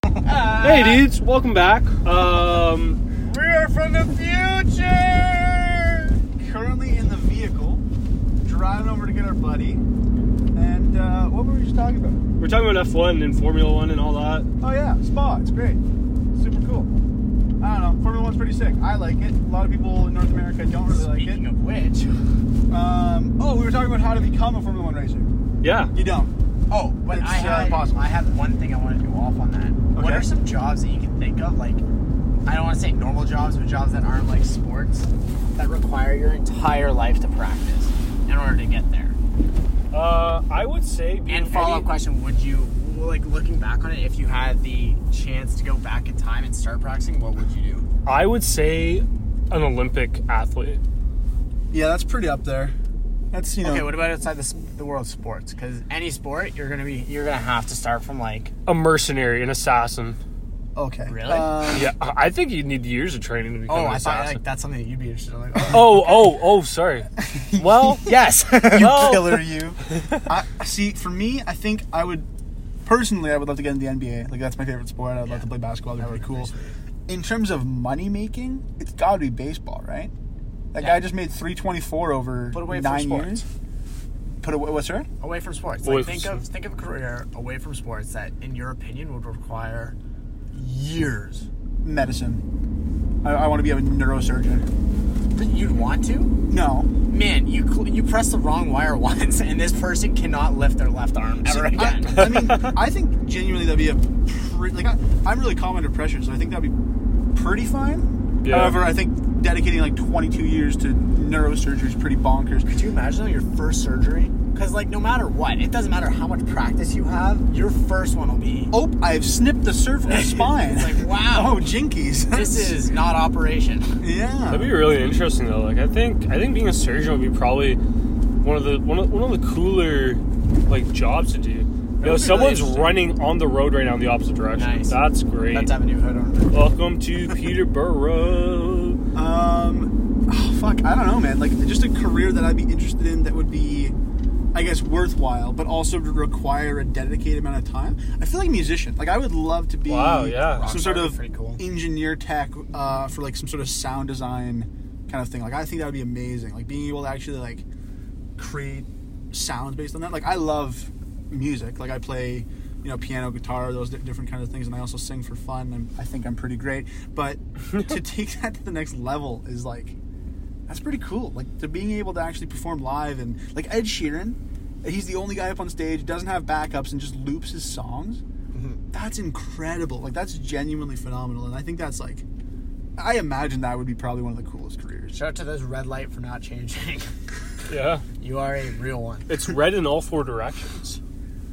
[SPEAKER 4] bye.
[SPEAKER 9] Hey, dudes, welcome back. Um,
[SPEAKER 1] We are from the future! Currently in the vehicle, driving over to get our buddy. And uh, what were we just talking about?
[SPEAKER 9] we're talking about F1 and Formula One and all that.
[SPEAKER 1] Oh, yeah, spa. It's great. Super cool. I don't know. Formula One's pretty sick. I like it. A lot of people in North America don't really like
[SPEAKER 4] Speaking
[SPEAKER 1] it.
[SPEAKER 4] of which,
[SPEAKER 1] Um, oh, we were talking about how to become a Formula One racer.
[SPEAKER 9] Yeah.
[SPEAKER 1] You don't.
[SPEAKER 4] oh, but
[SPEAKER 1] It's,
[SPEAKER 4] I
[SPEAKER 1] uh,
[SPEAKER 4] had,
[SPEAKER 1] possible.
[SPEAKER 4] I have one thing I want to go off on that. What
[SPEAKER 1] Okay.
[SPEAKER 4] are some jobs that you can think of? Like, I don't want to say normal jobs, but jobs that aren't like sports that require your entire life to practice in order to get there.
[SPEAKER 3] Uh, I would say. being
[SPEAKER 4] And follow up
[SPEAKER 3] any-
[SPEAKER 4] question: Would you well, like looking back on it? If you had the chance to go back in time and start practicing, what would you do?
[SPEAKER 3] I would say an Olympic athlete.
[SPEAKER 1] Yeah, that's pretty up there. That's, you know.
[SPEAKER 4] Okay, what about outside the, s- the world of sports? Because any sport, you're gonna be you're gonna have to start from like
[SPEAKER 3] a mercenary, an assassin.
[SPEAKER 1] okay.
[SPEAKER 4] <laughs> Really?
[SPEAKER 1] Uh,
[SPEAKER 3] Yeah, I I think you need years of training to become
[SPEAKER 4] oh
[SPEAKER 3] an
[SPEAKER 4] I thought
[SPEAKER 3] assassin.
[SPEAKER 4] Oh, like that's something that you'd be interested in. Like, oh,
[SPEAKER 3] oh, oh, oh,
[SPEAKER 4] <laughs>
[SPEAKER 3] sorry. Well,
[SPEAKER 4] yes,
[SPEAKER 1] you
[SPEAKER 3] Well-
[SPEAKER 1] killer,
[SPEAKER 4] <laughs>
[SPEAKER 1] you. I, see, for me, I think I would personally, I would love to get in the NBA. Like that's my favorite sport. I'd love to play basketball. That'd be cool. In terms of money making, it's got to be baseball, right? That guy just made three twenty four over
[SPEAKER 4] Put away from
[SPEAKER 1] nine
[SPEAKER 4] sports.
[SPEAKER 1] years. Put away what's her?
[SPEAKER 4] <laughs> away from sports.
[SPEAKER 3] Away
[SPEAKER 4] Like,
[SPEAKER 3] from
[SPEAKER 4] think of think of a career away from sports that, in your opinion, would require years.
[SPEAKER 1] Medicine. I, I want to be a neurosurgeon.
[SPEAKER 4] But you'd want to,
[SPEAKER 1] No,
[SPEAKER 4] man. You cl- you press the wrong wire <laughs> once, and this person cannot lift their left arm <laughs> ever again.
[SPEAKER 1] I, I mean, I think genuinely that'd be a pretty, like I, I'm really calm under pressure, so I think that'd be pretty fine.
[SPEAKER 3] Yeah.
[SPEAKER 1] However, I think dedicating like 22 years to neurosurgery is pretty bonkers.
[SPEAKER 4] Could you imagine though, your first surgery? Because like no matter what, it doesn't matter how much practice you have, your first one will be.
[SPEAKER 1] Oh, I've snipped the cervical
[SPEAKER 4] <laughs>
[SPEAKER 1] spine. <laughs>
[SPEAKER 4] It's like wow,
[SPEAKER 1] oh, jinkies.
[SPEAKER 4] this is not operation.
[SPEAKER 1] yeah.
[SPEAKER 3] that'd be really interesting though. Like, I think I think being a surgeon would be probably one of the one of, one of the cooler like jobs to do. You know,
[SPEAKER 4] really
[SPEAKER 3] someone's
[SPEAKER 4] interesting.
[SPEAKER 3] running on the road right now in the opposite direction.
[SPEAKER 4] Nice.
[SPEAKER 3] That's great.
[SPEAKER 4] That's Avenue Hood on
[SPEAKER 3] Welcome to Peterborough.
[SPEAKER 1] Um, oh, fuck, I don't know, man. Like, just a career that I'd be interested in that would be, I guess, worthwhile, but also would require a dedicated amount of time. I feel like a musician. Like, I would love to be
[SPEAKER 3] Wow, yeah.
[SPEAKER 1] some sort
[SPEAKER 4] Rockstar would be
[SPEAKER 1] of
[SPEAKER 4] pretty cool.
[SPEAKER 1] engineer tech uh, for like some sort of sound design kind of thing. Like, I think that would be amazing. Like, being able to actually like create sounds based on that. Like, I love music. Like, I play. You know, piano, guitar, those di- different kind of things, and I also sing for fun. And I think I'm pretty great,
[SPEAKER 4] <laughs>
[SPEAKER 1] but to take that to the next level is like that's pretty cool. Like to being able to actually perform live and like Ed Sheeran, he's the only guy up on stage, doesn't have backups and just loops his songs.
[SPEAKER 4] Mm-hmm.
[SPEAKER 1] That's incredible. Like that's genuinely phenomenal, and I think that's like, I imagine that would be probably one of the coolest careers.
[SPEAKER 4] Shout out to those red light for not changing. <laughs>
[SPEAKER 3] Yeah,
[SPEAKER 4] you are a real one.
[SPEAKER 3] it's red in all four directions.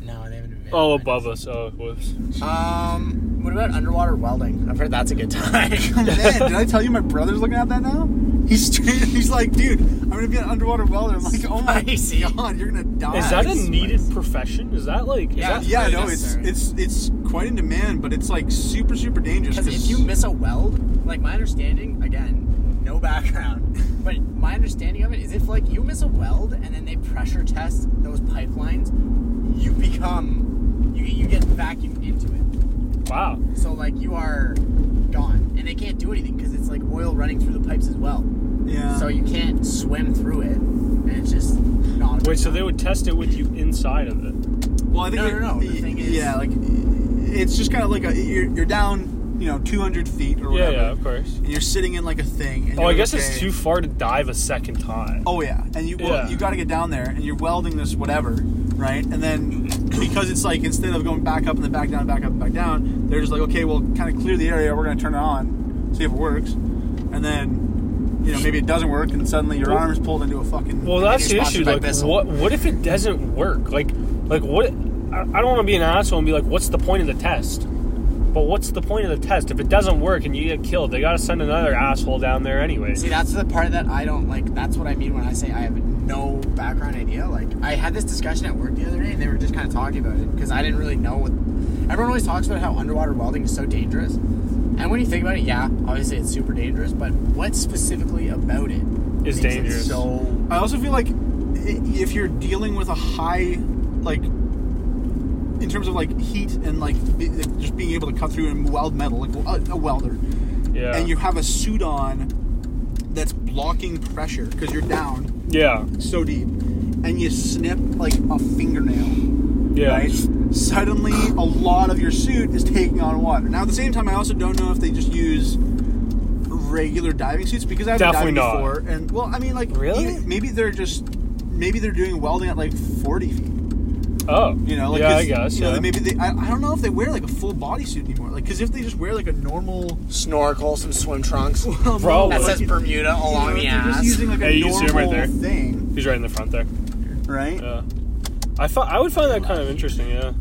[SPEAKER 4] No, they haven't. Been
[SPEAKER 3] Oh, above us. Oh, whoops.
[SPEAKER 4] Um, what about underwater welding? I've heard that's a good <laughs> time.
[SPEAKER 1] Man, did I tell you my brother's looking at that now? He's <laughs> straight, he's like, dude, I'm gonna be an underwater welder. I'm like, oh my
[SPEAKER 4] Spicy.
[SPEAKER 1] god, you're gonna die.
[SPEAKER 3] Is that a
[SPEAKER 1] It's-
[SPEAKER 3] needed profession? Is that like? Is
[SPEAKER 4] Yeah.
[SPEAKER 3] that,
[SPEAKER 1] Yeah,
[SPEAKER 4] Really
[SPEAKER 1] no, it's
[SPEAKER 4] necessary.
[SPEAKER 1] it's it's quite in demand, but it's like super super dangerous.
[SPEAKER 4] Because if
[SPEAKER 1] 'cause-
[SPEAKER 4] you miss a weld, like my understanding, again, no <laughs> background, but my understanding of it is if like you miss a weld and then they pressure test those pipelines, you become, you, you get vacuumed into it.
[SPEAKER 3] wow.
[SPEAKER 4] So like you are gone, and they can't do anything because it's like oil running through the pipes as well.
[SPEAKER 1] yeah.
[SPEAKER 4] So you can't swim through it, and it's just not. a
[SPEAKER 3] Wait,
[SPEAKER 4] good
[SPEAKER 3] so they
[SPEAKER 4] time.
[SPEAKER 3] would test it with you inside of it?
[SPEAKER 1] Well, I think
[SPEAKER 4] No,
[SPEAKER 1] that-
[SPEAKER 4] no, no, the
[SPEAKER 1] y-
[SPEAKER 4] thing is-
[SPEAKER 1] yeah, like it's just kind of like a you're, you're down, you know, 200 feet or
[SPEAKER 3] Yeah,
[SPEAKER 1] whatever,
[SPEAKER 3] yeah, of course.
[SPEAKER 1] and you're sitting in like a thing. And
[SPEAKER 3] Oh,
[SPEAKER 1] you're
[SPEAKER 3] I guess
[SPEAKER 1] okay.
[SPEAKER 3] it's too far to dive a second time.
[SPEAKER 1] Oh yeah, and you well,
[SPEAKER 3] Yeah.
[SPEAKER 1] you got to get down there, and you're welding this whatever, right? And then <clears throat> because it's like instead of going back up and then back down, back up, and back down, they're just like, okay, we'll kind of clear the area. We're gonna turn it on, see if it works, and then you know maybe it doesn't work, and sudly your arm is pulled into a fucking.
[SPEAKER 3] Well, that's the
[SPEAKER 4] sponsored
[SPEAKER 3] issue.
[SPEAKER 4] by
[SPEAKER 3] Like,
[SPEAKER 4] Bissell.
[SPEAKER 3] what? What if it doesn't work? Like, like what? I, I don't want to be an asshole and be like, what's the point of the test? But what's the point of the test if it doesn't work and you get killed? They gotta send another asshole down there anyway.
[SPEAKER 10] See, that's the part that I don't like. That's what I mean when I say I have no background idea. Like, I had this discussion at work the other day, and they were just kind of talking about it because I didn't really know what. Everyone always talks about how underwater welding is so dangerous. And when you think about it, yeah, obviously it's super dangerous, but what specifically about it makes
[SPEAKER 3] Is
[SPEAKER 10] it
[SPEAKER 3] dangerous.
[SPEAKER 10] so
[SPEAKER 1] I also feel like i- if you're dealing with a high, like, in terms of like heat and like be- just being able to cut through and weld metal, like a, a welder,
[SPEAKER 3] Yeah.
[SPEAKER 1] and you have a suit on that's blocking pressure because you're down
[SPEAKER 3] yeah.
[SPEAKER 1] so deep, and you snip like a fingernail,
[SPEAKER 3] Yeah.
[SPEAKER 1] right? Suddenly, a lot of your suit is taking on water. Now, at the same time, I also don't know if they just use regular diving suits because I've
[SPEAKER 3] Definitely
[SPEAKER 1] dived
[SPEAKER 3] not.
[SPEAKER 1] before, and well, I mean, like
[SPEAKER 10] Really?
[SPEAKER 1] even- maybe they're just maybe they're doing welding at like 40 feet.
[SPEAKER 3] Oh.
[SPEAKER 1] You know, like
[SPEAKER 3] yeah,
[SPEAKER 1] 'cause,
[SPEAKER 3] I guess.
[SPEAKER 1] You know,
[SPEAKER 3] yeah.
[SPEAKER 1] they maybe they, I, I don't know if they wear like a full bodysuit anymore. Like, because if they just wear like a
[SPEAKER 3] <laughs>
[SPEAKER 1] normal, <laughs>
[SPEAKER 10] snorkel, some swim trunks.
[SPEAKER 1] well,
[SPEAKER 3] Bro,
[SPEAKER 10] That
[SPEAKER 1] like,
[SPEAKER 10] says
[SPEAKER 1] you
[SPEAKER 10] Bermuda
[SPEAKER 1] know,
[SPEAKER 10] along
[SPEAKER 1] if
[SPEAKER 10] the
[SPEAKER 1] they're just
[SPEAKER 10] ass.
[SPEAKER 1] using like a
[SPEAKER 3] Yeah, you can see
[SPEAKER 1] normal
[SPEAKER 3] 'em right there.
[SPEAKER 1] thing,
[SPEAKER 3] He's right in the front there.
[SPEAKER 1] right?
[SPEAKER 3] Yeah. I thought I would find that kind of interesting. Yeah.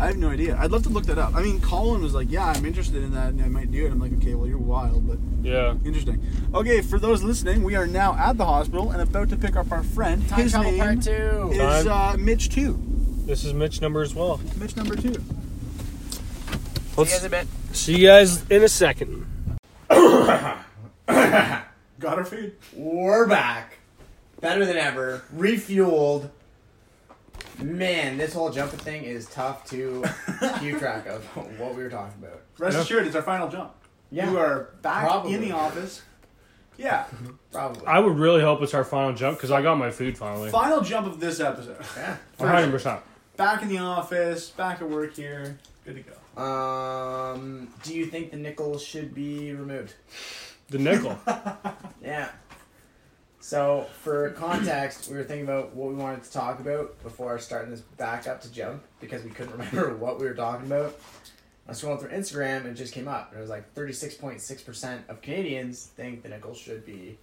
[SPEAKER 1] I have no idea. I'd love to look that up. I mean, Colin was like, "Yeah, I'm interested in that, and I might do it." I'm like, "Okay, well, you're wild, but
[SPEAKER 3] Yeah.
[SPEAKER 1] interesting." Okay, for those listening, we are now at the hospital and about to pick up our friend.
[SPEAKER 10] Time
[SPEAKER 1] His
[SPEAKER 10] travel
[SPEAKER 1] name
[SPEAKER 10] part two.
[SPEAKER 1] is uh, Mitch Two.
[SPEAKER 3] This is Mitch number as well.
[SPEAKER 1] Mitch number two.
[SPEAKER 10] See you guys in a bit.
[SPEAKER 3] See you guys in a second.
[SPEAKER 6] Got our food.
[SPEAKER 4] We're back. Better than ever. Refueled. Man, this whole jumping thing is tough
[SPEAKER 6] <laughs>
[SPEAKER 4] to keep track of what we were talking about.
[SPEAKER 6] Rest assured, it's our final jump.
[SPEAKER 4] Yeah.
[SPEAKER 6] You are back
[SPEAKER 4] Probably.
[SPEAKER 6] in the office. Yeah.
[SPEAKER 4] Probably.
[SPEAKER 3] I would really hope it's our final jump because I got my food finally.
[SPEAKER 6] Final jump of this episode.
[SPEAKER 3] One hundred percent.
[SPEAKER 6] Back in the office, back at work here. Good to go.
[SPEAKER 4] Um, do you think the nickel should be removed?
[SPEAKER 3] The <laughs> nickel.
[SPEAKER 4] Yeah. So, for context, we were thinking about what we wanted to talk about before starting this back up to jump because we couldn't <laughs> remember what we were talking about. I was scrolling through Instagram and it just came up. It was like 36.6% of Canadians think the nickel should be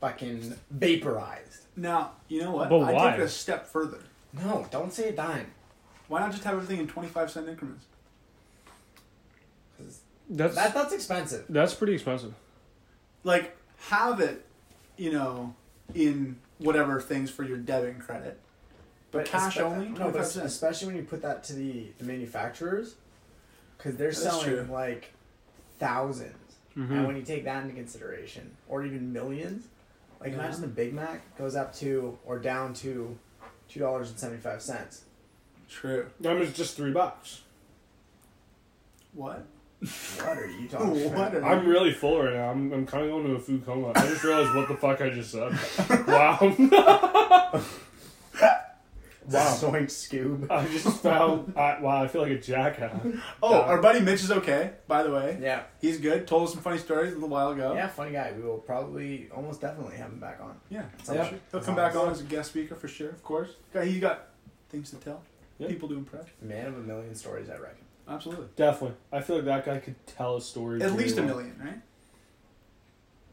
[SPEAKER 4] fucking vaporized.
[SPEAKER 6] Now, you know what?
[SPEAKER 3] But
[SPEAKER 6] I
[SPEAKER 3] why?
[SPEAKER 6] take it a step further.
[SPEAKER 4] No, don't say a dime.
[SPEAKER 6] Why not just have everything in 25 cent increments?
[SPEAKER 3] That's
[SPEAKER 4] That, that's expensive.
[SPEAKER 3] that's pretty expensive.
[SPEAKER 6] Like, have it, you know, in whatever things for your debit and credit.
[SPEAKER 4] But
[SPEAKER 6] Cash
[SPEAKER 4] espe-
[SPEAKER 6] only?
[SPEAKER 4] No, but
[SPEAKER 6] 25%.
[SPEAKER 4] especially when you put that to the, the manufacturers because they're
[SPEAKER 6] That's
[SPEAKER 4] selling
[SPEAKER 6] true. Mm-hmm.
[SPEAKER 4] like 1000s And when you take that into consideration, or even millions, like
[SPEAKER 6] Yeah.
[SPEAKER 4] imagine the Big Mac goes up to or down to two dollars and seventy five cents.
[SPEAKER 6] True.
[SPEAKER 3] That was just three bucks.
[SPEAKER 6] What? <laughs>
[SPEAKER 4] What are you talking
[SPEAKER 6] what?
[SPEAKER 4] about?
[SPEAKER 6] are
[SPEAKER 3] I'm
[SPEAKER 6] you-
[SPEAKER 3] really full right now. I'm, I'm kind of going to a food coma. I just realized what the fuck I just said. <laughs> Wow.
[SPEAKER 4] <laughs> Wow, Soink Scoob.
[SPEAKER 3] I just found. I, wow, I feel like a jackass.
[SPEAKER 6] Oh, our buddy Mitch is okay, by the way.
[SPEAKER 4] Yeah,
[SPEAKER 6] He's good. Told us some funny stories a little while ago.
[SPEAKER 4] yeah, funny guy. We will probably almost definitely have him back on.
[SPEAKER 6] Yeah.
[SPEAKER 4] Some
[SPEAKER 6] Yeah.
[SPEAKER 4] shit.
[SPEAKER 6] He'll come back on as a guest speaker for sure, of course. Guy, he's got things to tell,
[SPEAKER 3] Yeah.
[SPEAKER 6] people to impress.
[SPEAKER 4] Man of a million stories, I reckon.
[SPEAKER 6] Absolutely.
[SPEAKER 3] Definitely. I feel like that guy could tell a story.
[SPEAKER 6] At
[SPEAKER 3] really
[SPEAKER 6] least a
[SPEAKER 3] well.
[SPEAKER 6] million, right?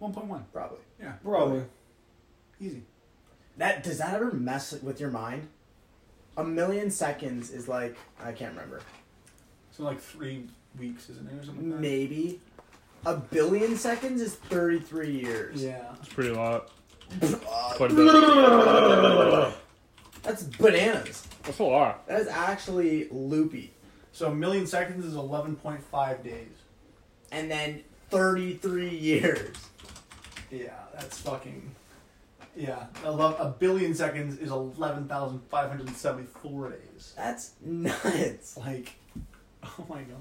[SPEAKER 6] 1.1.
[SPEAKER 4] Probably.
[SPEAKER 6] Yeah.
[SPEAKER 3] Probably.
[SPEAKER 6] Easy.
[SPEAKER 4] That does that ever mess with your mind? A million seconds is like I can't remember.
[SPEAKER 6] So like three weeks, isn't it, or something like that?
[SPEAKER 4] Maybe a billion seconds is thirty three years.
[SPEAKER 6] Yeah.
[SPEAKER 3] It's pretty a lot. Quite a bit.
[SPEAKER 4] That's bananas.
[SPEAKER 3] That's a lot.
[SPEAKER 4] That is actually loopy.
[SPEAKER 6] So a million seconds is 11.5 days.
[SPEAKER 4] and then 33 years.
[SPEAKER 6] Yeah, that's fucking. Yeah, a, lo- a billion seconds is 11,574 days.
[SPEAKER 4] That's nuts.
[SPEAKER 6] Like, <laughs> oh my god.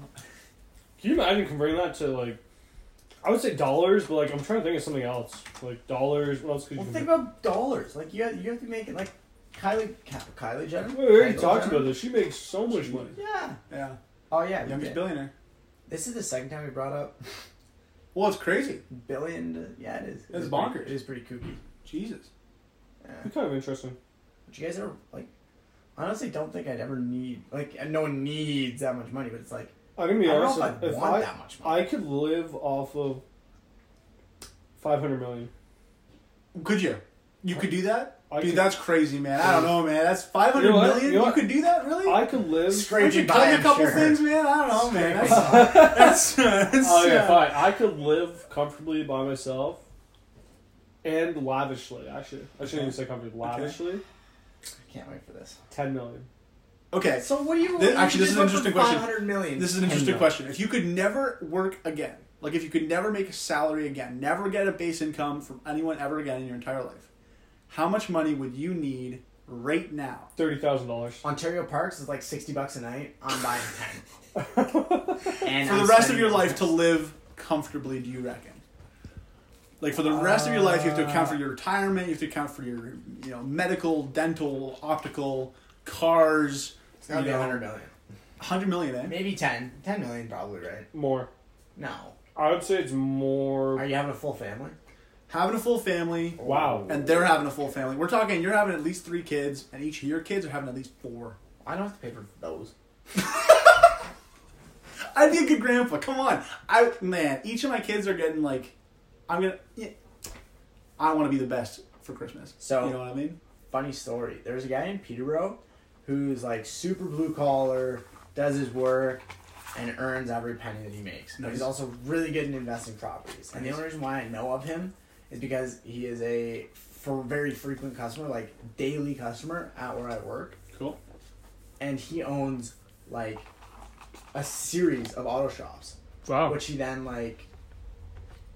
[SPEAKER 3] Can you imagine converting that to like? I would say dollars, but like I'm trying to think of something else. Like dollars. What else could you?
[SPEAKER 4] Well, think
[SPEAKER 3] convert-
[SPEAKER 4] about dollars. Like you have, you have to make it like Kylie Ka- Kylie Jenner.
[SPEAKER 3] Wait, we already
[SPEAKER 4] Kylie
[SPEAKER 3] talked
[SPEAKER 4] Jenner?
[SPEAKER 3] about this. She makes so much money.
[SPEAKER 4] Yeah.
[SPEAKER 6] Yeah,
[SPEAKER 4] Oh yeah. we
[SPEAKER 6] youngest
[SPEAKER 4] did.
[SPEAKER 6] billionaire.
[SPEAKER 4] This is the second time we brought up
[SPEAKER 6] Well, it's crazy.
[SPEAKER 4] billion. to- yeah, it is. It
[SPEAKER 6] That's
[SPEAKER 4] is
[SPEAKER 6] bonkers.
[SPEAKER 4] Pretty, it is pretty kooky.
[SPEAKER 6] Jesus.
[SPEAKER 4] Yeah.
[SPEAKER 3] It's kind of interesting.
[SPEAKER 4] But you guys ever like? I honestly don't think I'd ever need like and no one needs that much money, but it's like
[SPEAKER 3] I'm gonna be
[SPEAKER 4] I don't know
[SPEAKER 3] honest.
[SPEAKER 4] if I'd
[SPEAKER 3] if
[SPEAKER 4] want
[SPEAKER 3] I,
[SPEAKER 4] that much
[SPEAKER 3] I could live off of five hundred million.
[SPEAKER 6] Could you? You could do that?
[SPEAKER 3] I
[SPEAKER 1] Dude,
[SPEAKER 3] could-
[SPEAKER 1] that's crazy, man. I don't know, man. That's five
[SPEAKER 3] You
[SPEAKER 1] hundred
[SPEAKER 3] know what?
[SPEAKER 1] million. you
[SPEAKER 3] You know what?
[SPEAKER 1] could do that, really?
[SPEAKER 3] I could live.
[SPEAKER 1] Would
[SPEAKER 4] Scraping
[SPEAKER 1] you cut
[SPEAKER 4] by,
[SPEAKER 1] a
[SPEAKER 4] I'm
[SPEAKER 1] couple
[SPEAKER 4] sure.
[SPEAKER 1] things, man? I don't know, man.
[SPEAKER 4] Scraping
[SPEAKER 1] That's, <laughs> that's, that's,
[SPEAKER 3] Oh yeah,
[SPEAKER 1] uh,
[SPEAKER 3] fine. I could live comfortably by myself and lavishly. Actually, I shouldn't even say comfortably. Lavishly,
[SPEAKER 4] I can't wait for this.
[SPEAKER 3] ten million.
[SPEAKER 1] Okay,
[SPEAKER 4] So what do you?
[SPEAKER 1] Th- actually, this is an interesting question.
[SPEAKER 4] Five hundred million.
[SPEAKER 1] this is an interesting
[SPEAKER 3] Hang on.
[SPEAKER 1] question. If you could never work again, like if you could never make a salary again, never get a base income from anyone ever again in your entire life, how much money would you need right now?
[SPEAKER 3] Thirty thousand dollars.
[SPEAKER 4] Ontario Parks is like sixty bucks a night.
[SPEAKER 1] <laughs>
[SPEAKER 4] I'm buying ten. and
[SPEAKER 1] For
[SPEAKER 4] I'm
[SPEAKER 1] the rest of
[SPEAKER 4] spending
[SPEAKER 1] your
[SPEAKER 4] it.
[SPEAKER 1] life
[SPEAKER 4] <laughs>
[SPEAKER 1] to live comfortably, do you reckon? Like for the rest of your life, you have to account
[SPEAKER 4] Uh.
[SPEAKER 1] for your retirement. You have to account for your, you know, medical, dental, optical, cars.
[SPEAKER 4] It's gotta
[SPEAKER 1] you
[SPEAKER 4] be
[SPEAKER 1] know,
[SPEAKER 4] hundred million.
[SPEAKER 1] 100 million, eh?
[SPEAKER 4] Maybe 10. 10 million probably, right?
[SPEAKER 3] More.
[SPEAKER 4] No.
[SPEAKER 3] I would say it's
[SPEAKER 4] Are
[SPEAKER 3] more.
[SPEAKER 4] you having a full family?
[SPEAKER 1] Having a full family,
[SPEAKER 3] Wow.
[SPEAKER 1] and they're having a full family. We're talking you're having at least three kids, and each of your kids are having at least four.
[SPEAKER 4] I don't have to pay for those.
[SPEAKER 1] I'd be a good grandpa. Come on, I man. Each of my kids are getting like, I'm gonna. Yeah, I want to be the best for Christmas.
[SPEAKER 4] So-
[SPEAKER 1] you know what I mean?
[SPEAKER 4] Funny story. There's a guy in Peterborough who's like super blue collar, does his work, and earns every penny that he makes. But he's
[SPEAKER 1] Nice.
[SPEAKER 4] also really good in investing properties. And the only reason why I know of him is because he is a for very frequent customer, like daily customer at where I work.
[SPEAKER 1] Cool.
[SPEAKER 4] And he owns like a series of auto shops.
[SPEAKER 3] Oh.
[SPEAKER 11] Wow.
[SPEAKER 4] which he then like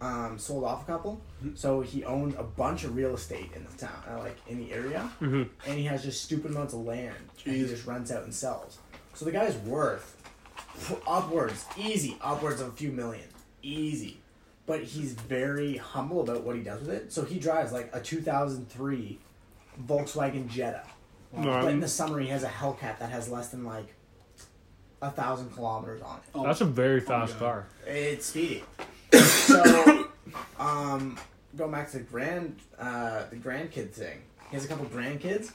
[SPEAKER 4] um, sold off a couple. So he owned a bunch of real estate in the town, uh, like in the area,
[SPEAKER 11] Mhm.
[SPEAKER 4] and he has just stupid amounts of land. And he
[SPEAKER 1] Jeez.
[SPEAKER 4] just rents out and sells. So the guy's worth pff, upwards, easy, upwards of a few million, easy. But he's very humble about what he does with it. So he drives like a 2003 Volkswagen Jetta. But in
[SPEAKER 11] Um,
[SPEAKER 4] the summer, he has a Hellcat that has less than like a thousand kilometers on it
[SPEAKER 1] Oh,
[SPEAKER 11] that's a very fast car.
[SPEAKER 4] it's
[SPEAKER 1] <coughs>
[SPEAKER 4] speedy. so, um, going back to the grand, uh, the grandkid thing. He has a couple grandkids,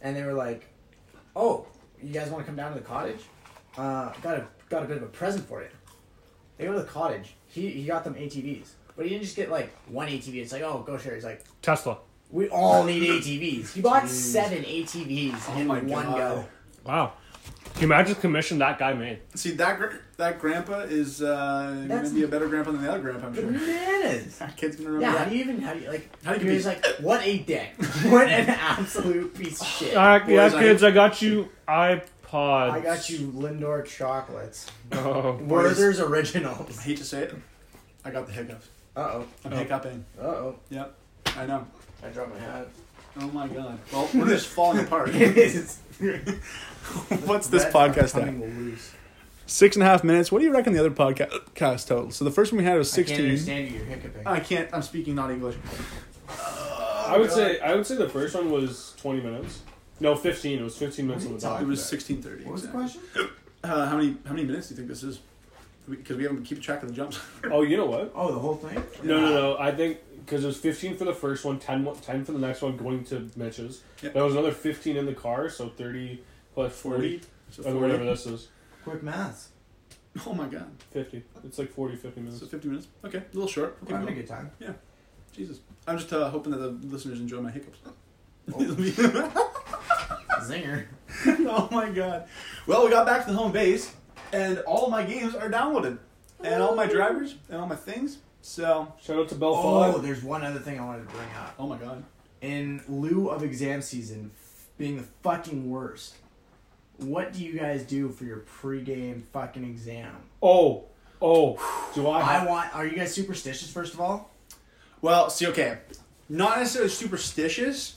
[SPEAKER 4] and they were like, "Oh, you guys want to come down to the cottage? Uh, got a got a bit of a present for you." They go to the cottage. He he got them ATVs, but he didn't just get like one ATV. It's like, "Oh, go share." He's like,
[SPEAKER 11] Tesla.
[SPEAKER 4] "We all need ATVs." He bought seven ATVs in
[SPEAKER 1] Oh my
[SPEAKER 4] one
[SPEAKER 1] God.
[SPEAKER 4] go.
[SPEAKER 11] Wow. Can you imagine the commission that guy made?
[SPEAKER 1] see that gr- that grandpa is uh, gonna
[SPEAKER 4] That's-
[SPEAKER 1] be a better grandpa than the other grandpa. I'm sure.
[SPEAKER 4] Bananas.
[SPEAKER 1] That kid's gonna remember
[SPEAKER 4] Yeah, how
[SPEAKER 1] that.
[SPEAKER 4] do you even how do you like
[SPEAKER 1] How
[SPEAKER 4] how
[SPEAKER 1] do
[SPEAKER 4] do
[SPEAKER 1] you
[SPEAKER 4] you
[SPEAKER 1] be-
[SPEAKER 4] just like <laughs> what a dick. What an absolute piece of shit.
[SPEAKER 11] All right, yeah,
[SPEAKER 1] Boys, I-
[SPEAKER 11] kids, I got you iPods.
[SPEAKER 4] I got you Lindor chocolates.
[SPEAKER 11] Oh,
[SPEAKER 4] Werther's
[SPEAKER 1] I
[SPEAKER 4] originals.
[SPEAKER 1] hate to say it, I got the hiccups.
[SPEAKER 4] Uh oh.
[SPEAKER 1] I'm hiccuping.
[SPEAKER 4] Uh oh.
[SPEAKER 1] Yep, I know.
[SPEAKER 4] I dropped my <laughs> hat.
[SPEAKER 1] Oh my god. Well, we're
[SPEAKER 4] <laughs>
[SPEAKER 1] just falling apart.
[SPEAKER 4] It is.
[SPEAKER 1] What's this
[SPEAKER 4] Red
[SPEAKER 1] podcast at?
[SPEAKER 4] coming loose.
[SPEAKER 1] Six and a half minutes. What do you reckon the other podcast total? So the first one we had was
[SPEAKER 4] I can't
[SPEAKER 1] sixteen.
[SPEAKER 4] understand you. You're hiccuping.
[SPEAKER 1] I can't. I'm speaking not English.
[SPEAKER 3] I would say. I would say the first one was twenty minutes. No, fifteen. It was fifteen minutes on the
[SPEAKER 1] It
[SPEAKER 3] dot.
[SPEAKER 1] was sixteen thirty.
[SPEAKER 4] what was the question?
[SPEAKER 1] Uh, how many how many minutes do you think this is? Because we haven't keep track of the jumps. <laughs>
[SPEAKER 3] Oh, you know what?
[SPEAKER 4] Oh, the whole thing?
[SPEAKER 3] No, no, no. I think because it was 15 for the first one, 10, wa- 10 for the next one, going to Mitch's.
[SPEAKER 1] Yep.
[SPEAKER 3] There was another 15 in the car, so 30 plus 40,
[SPEAKER 1] So
[SPEAKER 3] or
[SPEAKER 1] 40.
[SPEAKER 3] whatever this is.
[SPEAKER 4] Quick maths.
[SPEAKER 1] Oh my god.
[SPEAKER 3] 50. It's like 40, 50 minutes.
[SPEAKER 1] So fifty minutes. Okay, a little short.
[SPEAKER 4] We're
[SPEAKER 1] Okay,
[SPEAKER 4] having a
[SPEAKER 1] cool.
[SPEAKER 4] good time.
[SPEAKER 1] Jesus. I'm just uh, hoping that the listeners enjoy my hiccups.
[SPEAKER 3] Oh.
[SPEAKER 4] Zinger.
[SPEAKER 1] <laughs> oh my god. Well, we got back to the home base, and all my games are downloaded, and all my drivers and all my things. So.
[SPEAKER 3] Shout out to Bell
[SPEAKER 4] Oh,
[SPEAKER 3] Five.
[SPEAKER 4] there's one other thing I wanted to bring up.
[SPEAKER 1] Oh my god.
[SPEAKER 4] in lieu of exam season f- being the fucking worst, what do you guys do for your pregame fucking exam?
[SPEAKER 3] Oh, oh. Do I?
[SPEAKER 4] I want. Are you guys superstitious? First of all,
[SPEAKER 1] Well, see, okay, not necessarily superstitious.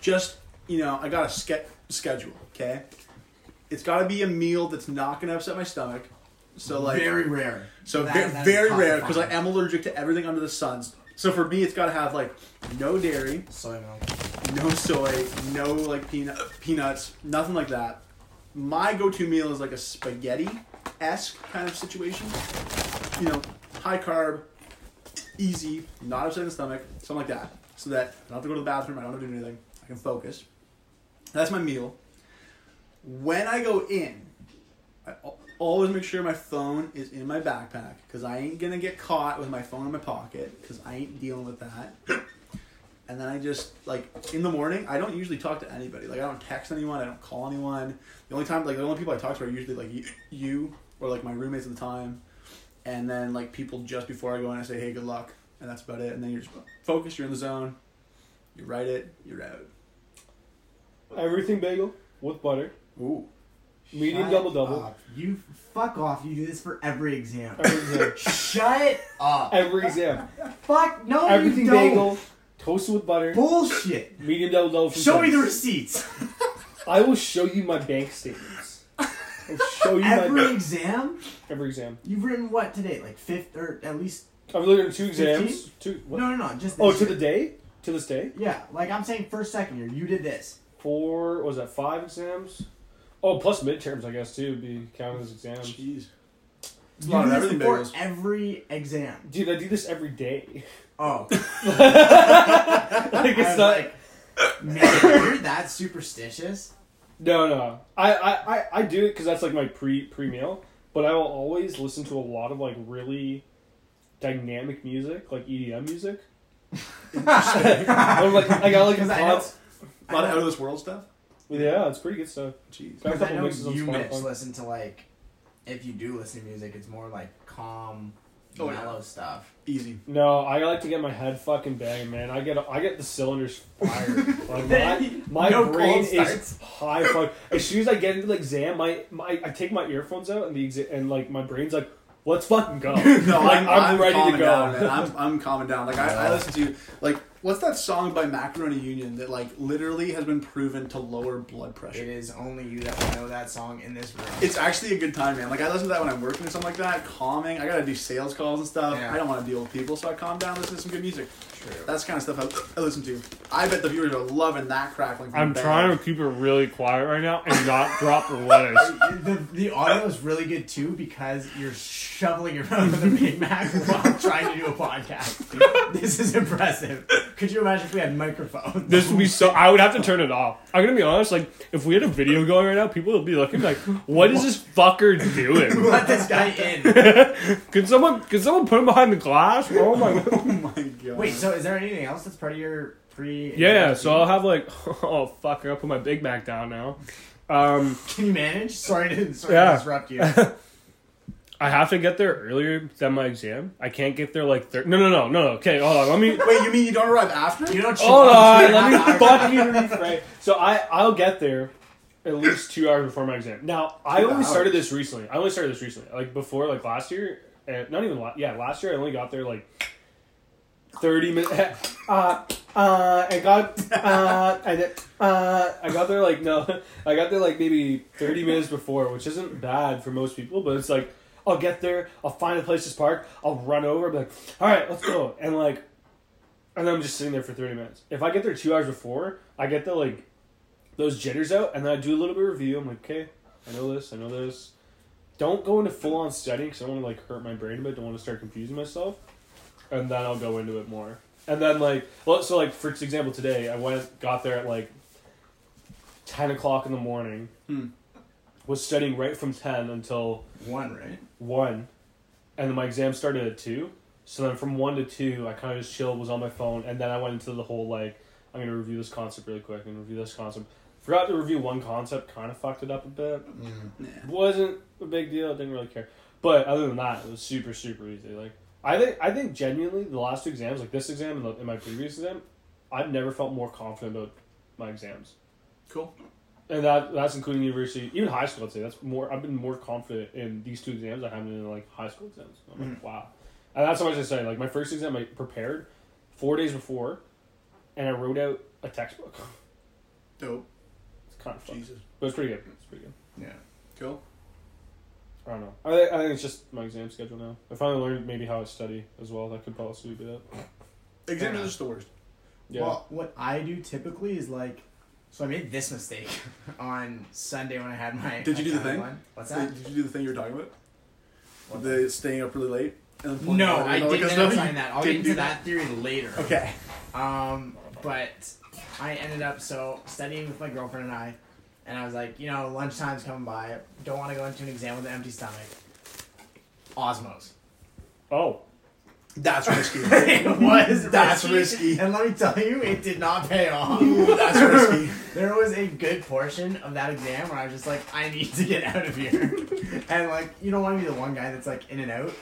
[SPEAKER 1] Just you know, I got a ske- schedule. Okay, it's got to be a meal that's not going to upset my stomach. So like,
[SPEAKER 4] very rare.
[SPEAKER 1] so
[SPEAKER 4] That-
[SPEAKER 1] ve-
[SPEAKER 4] that is
[SPEAKER 1] very
[SPEAKER 4] tough
[SPEAKER 1] rare
[SPEAKER 4] to
[SPEAKER 1] because I
[SPEAKER 4] find.
[SPEAKER 1] am allergic to everything under the sun. So for me, it's got to have like no dairy,
[SPEAKER 4] soy milk.
[SPEAKER 1] no soy, no like peanut peanuts, nothing like that. My go-to meal is like a spaghetti-esque kind of situation. You know, high carb, easy, not upset in the stomach, something like that. So that I don't have to go to the bathroom, I don't have to do anything, I can focus. That's my meal. When I go in, I al- always make sure my phone is in my backpack because I ain't gonna get caught with my phone in my pocket because I ain't dealing with that. And then I just like in the morning, I don't usually talk to anybody. Like I don't text anyone, I don't call anyone. The only time like the only people I talk to are usually like y- you or like my roommates at the time, and then like people just before I go in, I say hey good luck, and that's about it. And then you're just focused, you're in the zone, you write it, you're out.
[SPEAKER 12] Everything bagel with butter.
[SPEAKER 1] Ooh.
[SPEAKER 12] Medium
[SPEAKER 4] Shut
[SPEAKER 12] double double.
[SPEAKER 4] up. You fuck off. You do this for every exam.
[SPEAKER 12] Every exam.
[SPEAKER 4] <laughs> Shut up.
[SPEAKER 12] Every exam.
[SPEAKER 4] Fuck no.
[SPEAKER 12] Everything
[SPEAKER 4] you don't.
[SPEAKER 12] bagel, toasted with butter,
[SPEAKER 4] Bullshit.
[SPEAKER 12] medium double double. From
[SPEAKER 4] Show me the
[SPEAKER 12] Tims.
[SPEAKER 4] <laughs> receipts.
[SPEAKER 12] I will show you my bank statements. I'll show you
[SPEAKER 4] Every
[SPEAKER 12] my
[SPEAKER 4] exam.
[SPEAKER 12] every exam.
[SPEAKER 4] You've written what today? Like fifth or at least?
[SPEAKER 12] I've literally done two exams.
[SPEAKER 4] Fifteen?
[SPEAKER 12] Two. What?
[SPEAKER 4] No, no, no. Just
[SPEAKER 12] oh,
[SPEAKER 4] this
[SPEAKER 12] to
[SPEAKER 4] year.
[SPEAKER 12] the day. To this day.
[SPEAKER 4] Yeah, like I'm saying, first second year, you did this.
[SPEAKER 12] Four. What was that five exams? Oh, plus midterms, I guess too. would Be counted as exams.
[SPEAKER 1] Jeez. It's a
[SPEAKER 4] You
[SPEAKER 1] lot of
[SPEAKER 4] do this
[SPEAKER 1] everything
[SPEAKER 4] before
[SPEAKER 1] bagels.
[SPEAKER 4] every exam.
[SPEAKER 12] Dude, I do this every day. <laughs>
[SPEAKER 1] <laughs>
[SPEAKER 4] Oh,
[SPEAKER 12] like
[SPEAKER 4] I
[SPEAKER 12] it's
[SPEAKER 4] was
[SPEAKER 12] not.
[SPEAKER 4] like, man, you're that superstitious.
[SPEAKER 12] No, no. I, I, I, I do it because that's like my pre pre meal. But I will always listen to a lot of like really dynamic music, like EDM
[SPEAKER 1] <laughs>
[SPEAKER 12] music. I'm like, I got like a
[SPEAKER 4] 'Cause I know-
[SPEAKER 12] thoughts.
[SPEAKER 1] A lot of out of this world stuff.
[SPEAKER 12] Yeah, it's pretty good stuff.
[SPEAKER 1] Jeez.
[SPEAKER 12] Got a
[SPEAKER 4] Because I
[SPEAKER 12] couple
[SPEAKER 4] know
[SPEAKER 12] mixes on
[SPEAKER 4] you Mitch
[SPEAKER 12] Spotify.
[SPEAKER 4] listen to like, if you do listen to music, it's more like calm,
[SPEAKER 1] Oh, yeah.
[SPEAKER 4] mellow stuff.
[SPEAKER 1] Easy.
[SPEAKER 12] No, I like to get my head fucking banging, man. I get I get the cylinders
[SPEAKER 1] <laughs>
[SPEAKER 12] fired. like my my
[SPEAKER 4] No
[SPEAKER 12] brain
[SPEAKER 4] cold
[SPEAKER 12] is
[SPEAKER 4] starts.
[SPEAKER 12] high fuck. As soon as I get into the exam, my, my I take my earphones out and the exa- and like my brain's like, let's fucking go.
[SPEAKER 1] <laughs> No,
[SPEAKER 12] Like, I'm
[SPEAKER 1] I'm, I'm,
[SPEAKER 12] ready to
[SPEAKER 1] calming
[SPEAKER 12] go.
[SPEAKER 1] down, man. I'm, I'm calming down. Like, I, I listen to, like, what's that song by Macaroni Union that, like, literally has been proven to lower blood
[SPEAKER 4] It
[SPEAKER 1] pressure?
[SPEAKER 4] is only you that will know that song in this room.
[SPEAKER 1] It's actually a good time, man. Like, I listen to that when I'm working or something like that, calming. I gotta do sales calls and stuff.
[SPEAKER 4] Yeah.
[SPEAKER 1] I don't wanna deal with people, so I calm down, listen to some good music.
[SPEAKER 4] true.
[SPEAKER 1] That's the kind of stuff I, I listen to. I bet the viewers are loving that crackling. From
[SPEAKER 3] I'm
[SPEAKER 1] the
[SPEAKER 3] trying
[SPEAKER 1] band.
[SPEAKER 3] to keep it really quiet right now and not drop the lettuce.
[SPEAKER 4] The, the audio is really good too because you're shoveling your mouth with a Big <laughs> Mac while trying to do
[SPEAKER 1] <laughs>
[SPEAKER 4] a podcast. this is impressive. Could you imagine if we had microphones?
[SPEAKER 3] This would be so. I would have to turn it off. I'm gonna be honest. Like, if we had a video going right now, people would be looking like, "What is this fucker doing?"
[SPEAKER 4] Let this
[SPEAKER 1] <laughs>
[SPEAKER 4] guy in.
[SPEAKER 3] Could someone? Could someone put him behind the glass? Oh my.
[SPEAKER 1] <laughs> Oh my god.
[SPEAKER 4] Wait, so is there anything else that's part of your pre?
[SPEAKER 3] Yeah. So I'll have like, <laughs> oh fuck, I gotta put my Big Mac down now. Um,
[SPEAKER 4] can you manage? <laughs> Sorry to, sorry
[SPEAKER 3] Yeah.
[SPEAKER 4] to disrupt you.
[SPEAKER 3] I have to get there earlier than my exam. I can't get there like thir- no, no, no, no, no. Okay, hold on. Let me.
[SPEAKER 1] Wait, you mean you don't arrive after?
[SPEAKER 4] You
[SPEAKER 3] <laughs>
[SPEAKER 4] don't. <laughs>
[SPEAKER 3] Hold on. Let me
[SPEAKER 4] Hours.
[SPEAKER 3] fucking rephrase. So I I'll get there at least two hours before my exam. Now I
[SPEAKER 1] Two
[SPEAKER 3] only started
[SPEAKER 1] hours.
[SPEAKER 3] this recently. I only started this recently. Like before, like last year, and not even la- yeah, last year I only got there like thirty minutes. <laughs> Uh, uh, I got uh, I did, uh, I got there like no, <laughs> I got there like maybe thirty minutes before, which isn't bad for most people, but it's like I'll get there, I'll find a place to park, I'll run over, be like, all right, let's go, and like, and then I'm just sitting there for thirty minutes. If I get there two hours before, I get the like those jitters out, and then I do a little bit of review. I'm like, okay, I know this, I know this. Don't go into full on studying because I want to like hurt my brain a bit. Don't want to start confusing myself, and then I'll go into it more. And then like, well, so like for example, today I went got there at like ten o'clock in the morning.
[SPEAKER 1] Hmm.
[SPEAKER 3] Was studying right from ten until
[SPEAKER 4] One right.
[SPEAKER 3] one, and then my exam started at two. So then from one to two, I kind of just chilled, was on my phone, and then I went into the whole like, I'm gonna review this concept really quick and review this concept. Forgot to review one concept, kind of fucked it up a bit. Wasn't a big deal. Didn't really care. But other than that, it was super super easy. Like I think I think genuinely the last two exams, like this exam and, the, and my previous exam, I've never felt more confident about my exams.
[SPEAKER 1] Cool.
[SPEAKER 3] And that that's including university, even high school. I'd say that's more. I've been more confident in these two exams I haven't in like high school exams. I'm like, wow, and that's how much I say. Like my first exam, I prepared four days before, and I wrote out a textbook. <laughs>
[SPEAKER 1] Dope.
[SPEAKER 3] It's kind of fun,
[SPEAKER 1] Jesus.
[SPEAKER 3] but it's pretty good. It's pretty good.
[SPEAKER 4] Yeah.
[SPEAKER 1] Cool.
[SPEAKER 3] I don't know. I think, I think it's just my exam schedule now. I finally learned maybe how I study as well. That could possibly be it.
[SPEAKER 1] Exams are just the worst.
[SPEAKER 3] Yeah.
[SPEAKER 4] Well, what I do typically is like, so I made this mistake <laughs> on Sunday when I had my.
[SPEAKER 1] Did you do the
[SPEAKER 4] accounting
[SPEAKER 1] thing?
[SPEAKER 4] one. What's that?
[SPEAKER 1] Did you do the thing you were talking about?
[SPEAKER 4] What
[SPEAKER 1] The staying up really late? And then pulling
[SPEAKER 4] No,
[SPEAKER 1] the-
[SPEAKER 4] I
[SPEAKER 1] No,
[SPEAKER 4] didn't
[SPEAKER 1] because
[SPEAKER 4] end up
[SPEAKER 1] no, you
[SPEAKER 4] signing that. I'll get
[SPEAKER 1] didn't do
[SPEAKER 4] into that theory later. <laughs>
[SPEAKER 1] Okay.
[SPEAKER 4] Um, but I ended up so studying with my girlfriend and I, and I was like, you know, lunchtime's coming by. Don't want to go into an exam with an empty stomach. Osmos.
[SPEAKER 3] oh,
[SPEAKER 1] That's risky.
[SPEAKER 4] <laughs> it was
[SPEAKER 1] <laughs> That's risky.
[SPEAKER 4] <laughs> And let me tell you, it did not pay off.
[SPEAKER 1] <laughs> <laughs> That's risky.
[SPEAKER 4] There was a good portion of that exam where I was just like, I need to get out
[SPEAKER 1] <laughs>
[SPEAKER 4] of here. and like, you don't want to be the one guy that's like in and out.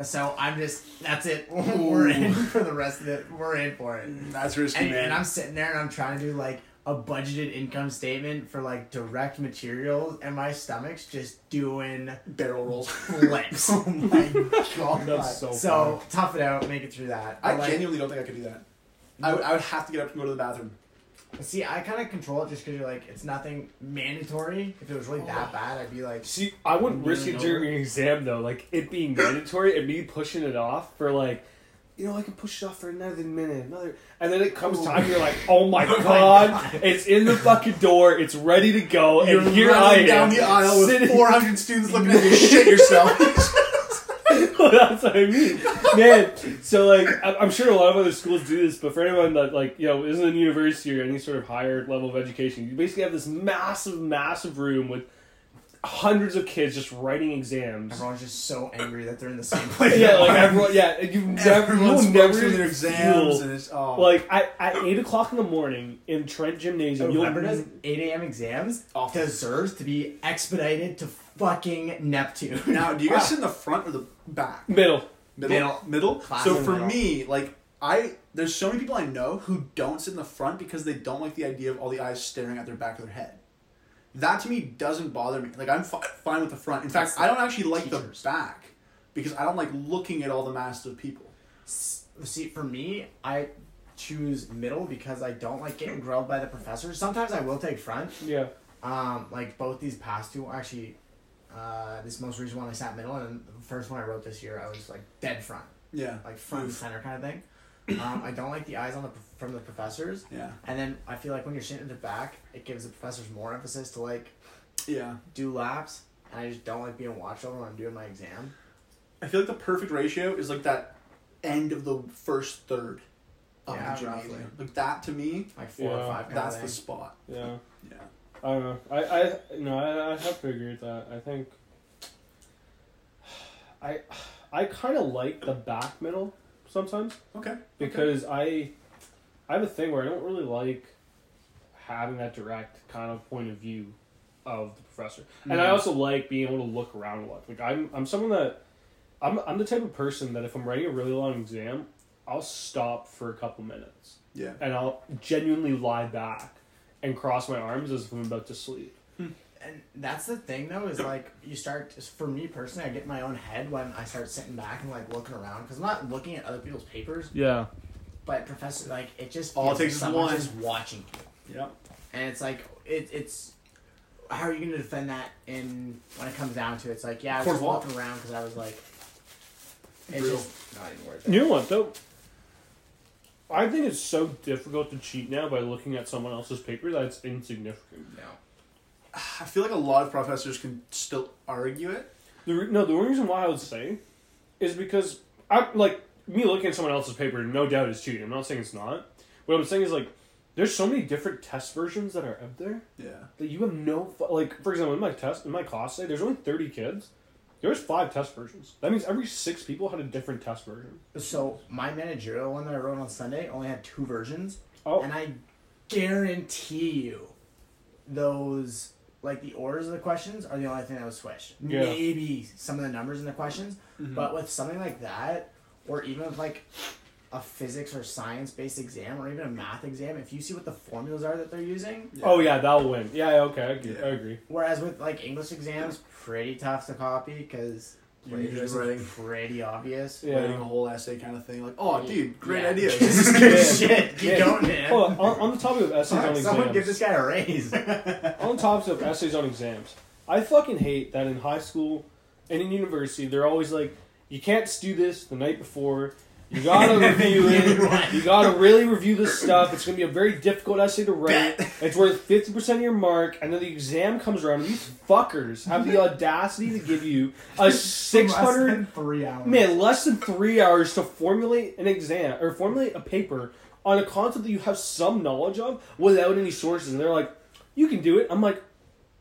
[SPEAKER 4] So I'm just, that's it. <laughs> We're in for the rest of it. We're in for it.
[SPEAKER 1] That's risky,
[SPEAKER 4] And,
[SPEAKER 1] man.
[SPEAKER 4] and I'm sitting there and I'm trying to do like a budgeted income statement for like direct materials, and my stomach's just doing
[SPEAKER 1] barrel
[SPEAKER 4] <laughs>
[SPEAKER 1] rolls.
[SPEAKER 4] flips. oh my god.
[SPEAKER 3] That's so
[SPEAKER 4] So tough it out, make it through that.
[SPEAKER 1] I
[SPEAKER 4] But, like,
[SPEAKER 1] genuinely don't think I could do that. I would, I would have to get up and go to the bathroom.
[SPEAKER 4] See, I kind of control it just because you're like, it's nothing mandatory. If it was really that bad, I'd be like,
[SPEAKER 3] See, I wouldn't risk it during an exam though. Like it being mandatory and me pushing it off for like, you know, I can push it off for another minute, another, and then it comes time. You're like, <laughs> oh my god, it's in the fucking door. It's ready to go, and here I
[SPEAKER 1] running
[SPEAKER 3] am
[SPEAKER 1] down the aisle with
[SPEAKER 3] sitting-
[SPEAKER 1] 400 students
[SPEAKER 4] <laughs>
[SPEAKER 1] looking at you shit yourself.
[SPEAKER 3] Well, <laughs> that's what I mean, man. So like, I- I'm sure a lot of other schools do this, but for anyone that like you know isn't in university or any sort of higher level of education, you basically have this massive, massive room with hundreds of kids just writing exams.
[SPEAKER 4] everyone's just so angry that they're in the same place.
[SPEAKER 3] Yeah,
[SPEAKER 4] <laughs>
[SPEAKER 3] like everyone. Yeah, you never,
[SPEAKER 1] Everyone's
[SPEAKER 3] you'll
[SPEAKER 1] never
[SPEAKER 3] never
[SPEAKER 1] through their exams.
[SPEAKER 3] feel-
[SPEAKER 1] And it's, oh,
[SPEAKER 3] Like at, at eight o'clock in the morning in Trent Gymnasium, you'll
[SPEAKER 4] Whoever does 8 a.m. exams
[SPEAKER 1] Awful.
[SPEAKER 4] deserves to be expedited to fucking Neptune.
[SPEAKER 1] <laughs> Now, do you guys sit in the front or the back?
[SPEAKER 3] middle.
[SPEAKER 1] Middle. Middle. So
[SPEAKER 4] Classic
[SPEAKER 1] for
[SPEAKER 4] middle.
[SPEAKER 1] me, like I, there's so many people I know who don't sit in the front because they don't like the idea of all the eyes staring at their back of their head. That to me doesn't bother me. Like I'm fi- fine with the front. In fact, I don't actually like
[SPEAKER 4] teachers.
[SPEAKER 1] the back because I don't like looking at all the masses of people.
[SPEAKER 4] See, for me, I choose middle because I don't like getting grilled by the professor. Sometimes I will take front.
[SPEAKER 3] Yeah,
[SPEAKER 4] Um, like both these past two, actually, uh, this most recent one I sat middle, and the first one I wrote this year, I was like dead front.
[SPEAKER 1] Yeah.
[SPEAKER 4] like front and
[SPEAKER 1] Oof.
[SPEAKER 4] center kind of thing. Um, I don't like the eyes on the from the professors,
[SPEAKER 1] Yeah.
[SPEAKER 4] and then I feel like when you're sitting in the back, it gives the professors more emphasis to like
[SPEAKER 1] Yeah.
[SPEAKER 4] do laps, and I just don't like being watched over when I'm doing my exam.
[SPEAKER 1] I feel like the perfect ratio is like that end of the first third of
[SPEAKER 4] Yeah,
[SPEAKER 1] the
[SPEAKER 4] roughly.
[SPEAKER 1] gymnasium. Like that to me,
[SPEAKER 4] Like four
[SPEAKER 3] Yeah.
[SPEAKER 4] or five. Kind
[SPEAKER 1] that's
[SPEAKER 4] of
[SPEAKER 1] the
[SPEAKER 4] thing.
[SPEAKER 1] spot.
[SPEAKER 3] yeah.
[SPEAKER 1] Yeah.
[SPEAKER 3] I don't know. I, I no, I, I have figured that. I think <sighs> I I kind of like the back middle sometimes
[SPEAKER 1] Okay.
[SPEAKER 3] because I I have a thing where I don't really like having that direct kind of point of view of the professor, and I also like being able to look around a lot. Like I'm I'm someone that I'm I'm the type of person that if I'm writing a really long exam, I'll stop for a couple minutes
[SPEAKER 1] Yeah.
[SPEAKER 3] and I'll genuinely lie back and cross my arms as if I'm about to sleep.
[SPEAKER 4] And that's the thing though is like you start for me personally, I get in my own head when I start sitting back and like looking around because I'm not looking at other people's papers,
[SPEAKER 3] Yeah.
[SPEAKER 4] but professor like it just
[SPEAKER 1] All it
[SPEAKER 4] feels like
[SPEAKER 1] takes is
[SPEAKER 4] someone's
[SPEAKER 1] one.
[SPEAKER 4] just watching you.
[SPEAKER 1] Yep.
[SPEAKER 4] and it's like it, it's how are you going to defend that in when it comes down to it? It's like yeah, I was
[SPEAKER 1] Fourth
[SPEAKER 4] just
[SPEAKER 1] wall.
[SPEAKER 4] walking around because I was like, it's
[SPEAKER 1] Brutal.
[SPEAKER 4] just not even worth it.
[SPEAKER 3] You know what though? I think it's so difficult to cheat now by looking at someone else's paper that's insignificant.
[SPEAKER 1] I feel like a lot of professors can still argue it.
[SPEAKER 3] The re- no, the only reason why I would say is because I like me looking at someone else's paper. No doubt is cheating. I'm not saying it's not. What I'm saying is like there's so many different test versions that are out there
[SPEAKER 1] Yeah.
[SPEAKER 3] that you have no fu- like. For example, in my test in my class today, there's only 30 kids. There's five test versions. That means every six people had a different test version.
[SPEAKER 4] So my managerial one that I wrote on Sunday only had two versions,
[SPEAKER 3] Oh,
[SPEAKER 4] and I guarantee you, those like the orders of the questions are the only thing that was switched.
[SPEAKER 3] Yeah. Mm-hmm.
[SPEAKER 4] Maybe some of the numbers in the questions, but with something like that, or even with like a physics or science based exam, or even a math exam, if you see what the formulas are that they're using,
[SPEAKER 3] oh yeah, that'll win. Yeah, yeah, okay, I agree. I agree.
[SPEAKER 4] Whereas with like English exams, pretty tough to copy because
[SPEAKER 1] You're usually writing-
[SPEAKER 4] plagiarism's pretty obvious.
[SPEAKER 3] Yeah.
[SPEAKER 1] Writing a whole essay kind of thing. Like, oh, dude, great
[SPEAKER 4] Yeah.
[SPEAKER 1] idea.
[SPEAKER 4] This is good <laughs> shit. Keep
[SPEAKER 3] Yeah.
[SPEAKER 4] going, man.
[SPEAKER 3] Hold on, on, on the topic of essays on
[SPEAKER 4] Someone give this
[SPEAKER 3] exams.
[SPEAKER 4] guy a raise.
[SPEAKER 3] On the topic of essays on exams, I fucking hate that in high school and in university they're always like, you can't do this the night before. You gotta review it. You gotta really review this stuff. It's gonna be a very difficult essay to write. It's worth fifty percent of your mark, and then the exam comes around, and these fuckers have the audacity to give you a six hundred
[SPEAKER 4] three hours.
[SPEAKER 3] Man, less than three hours to formulate an exam or formulate a paper on a concept that you have some knowledge of without any sources, and they're like, "You can do it." I'm like,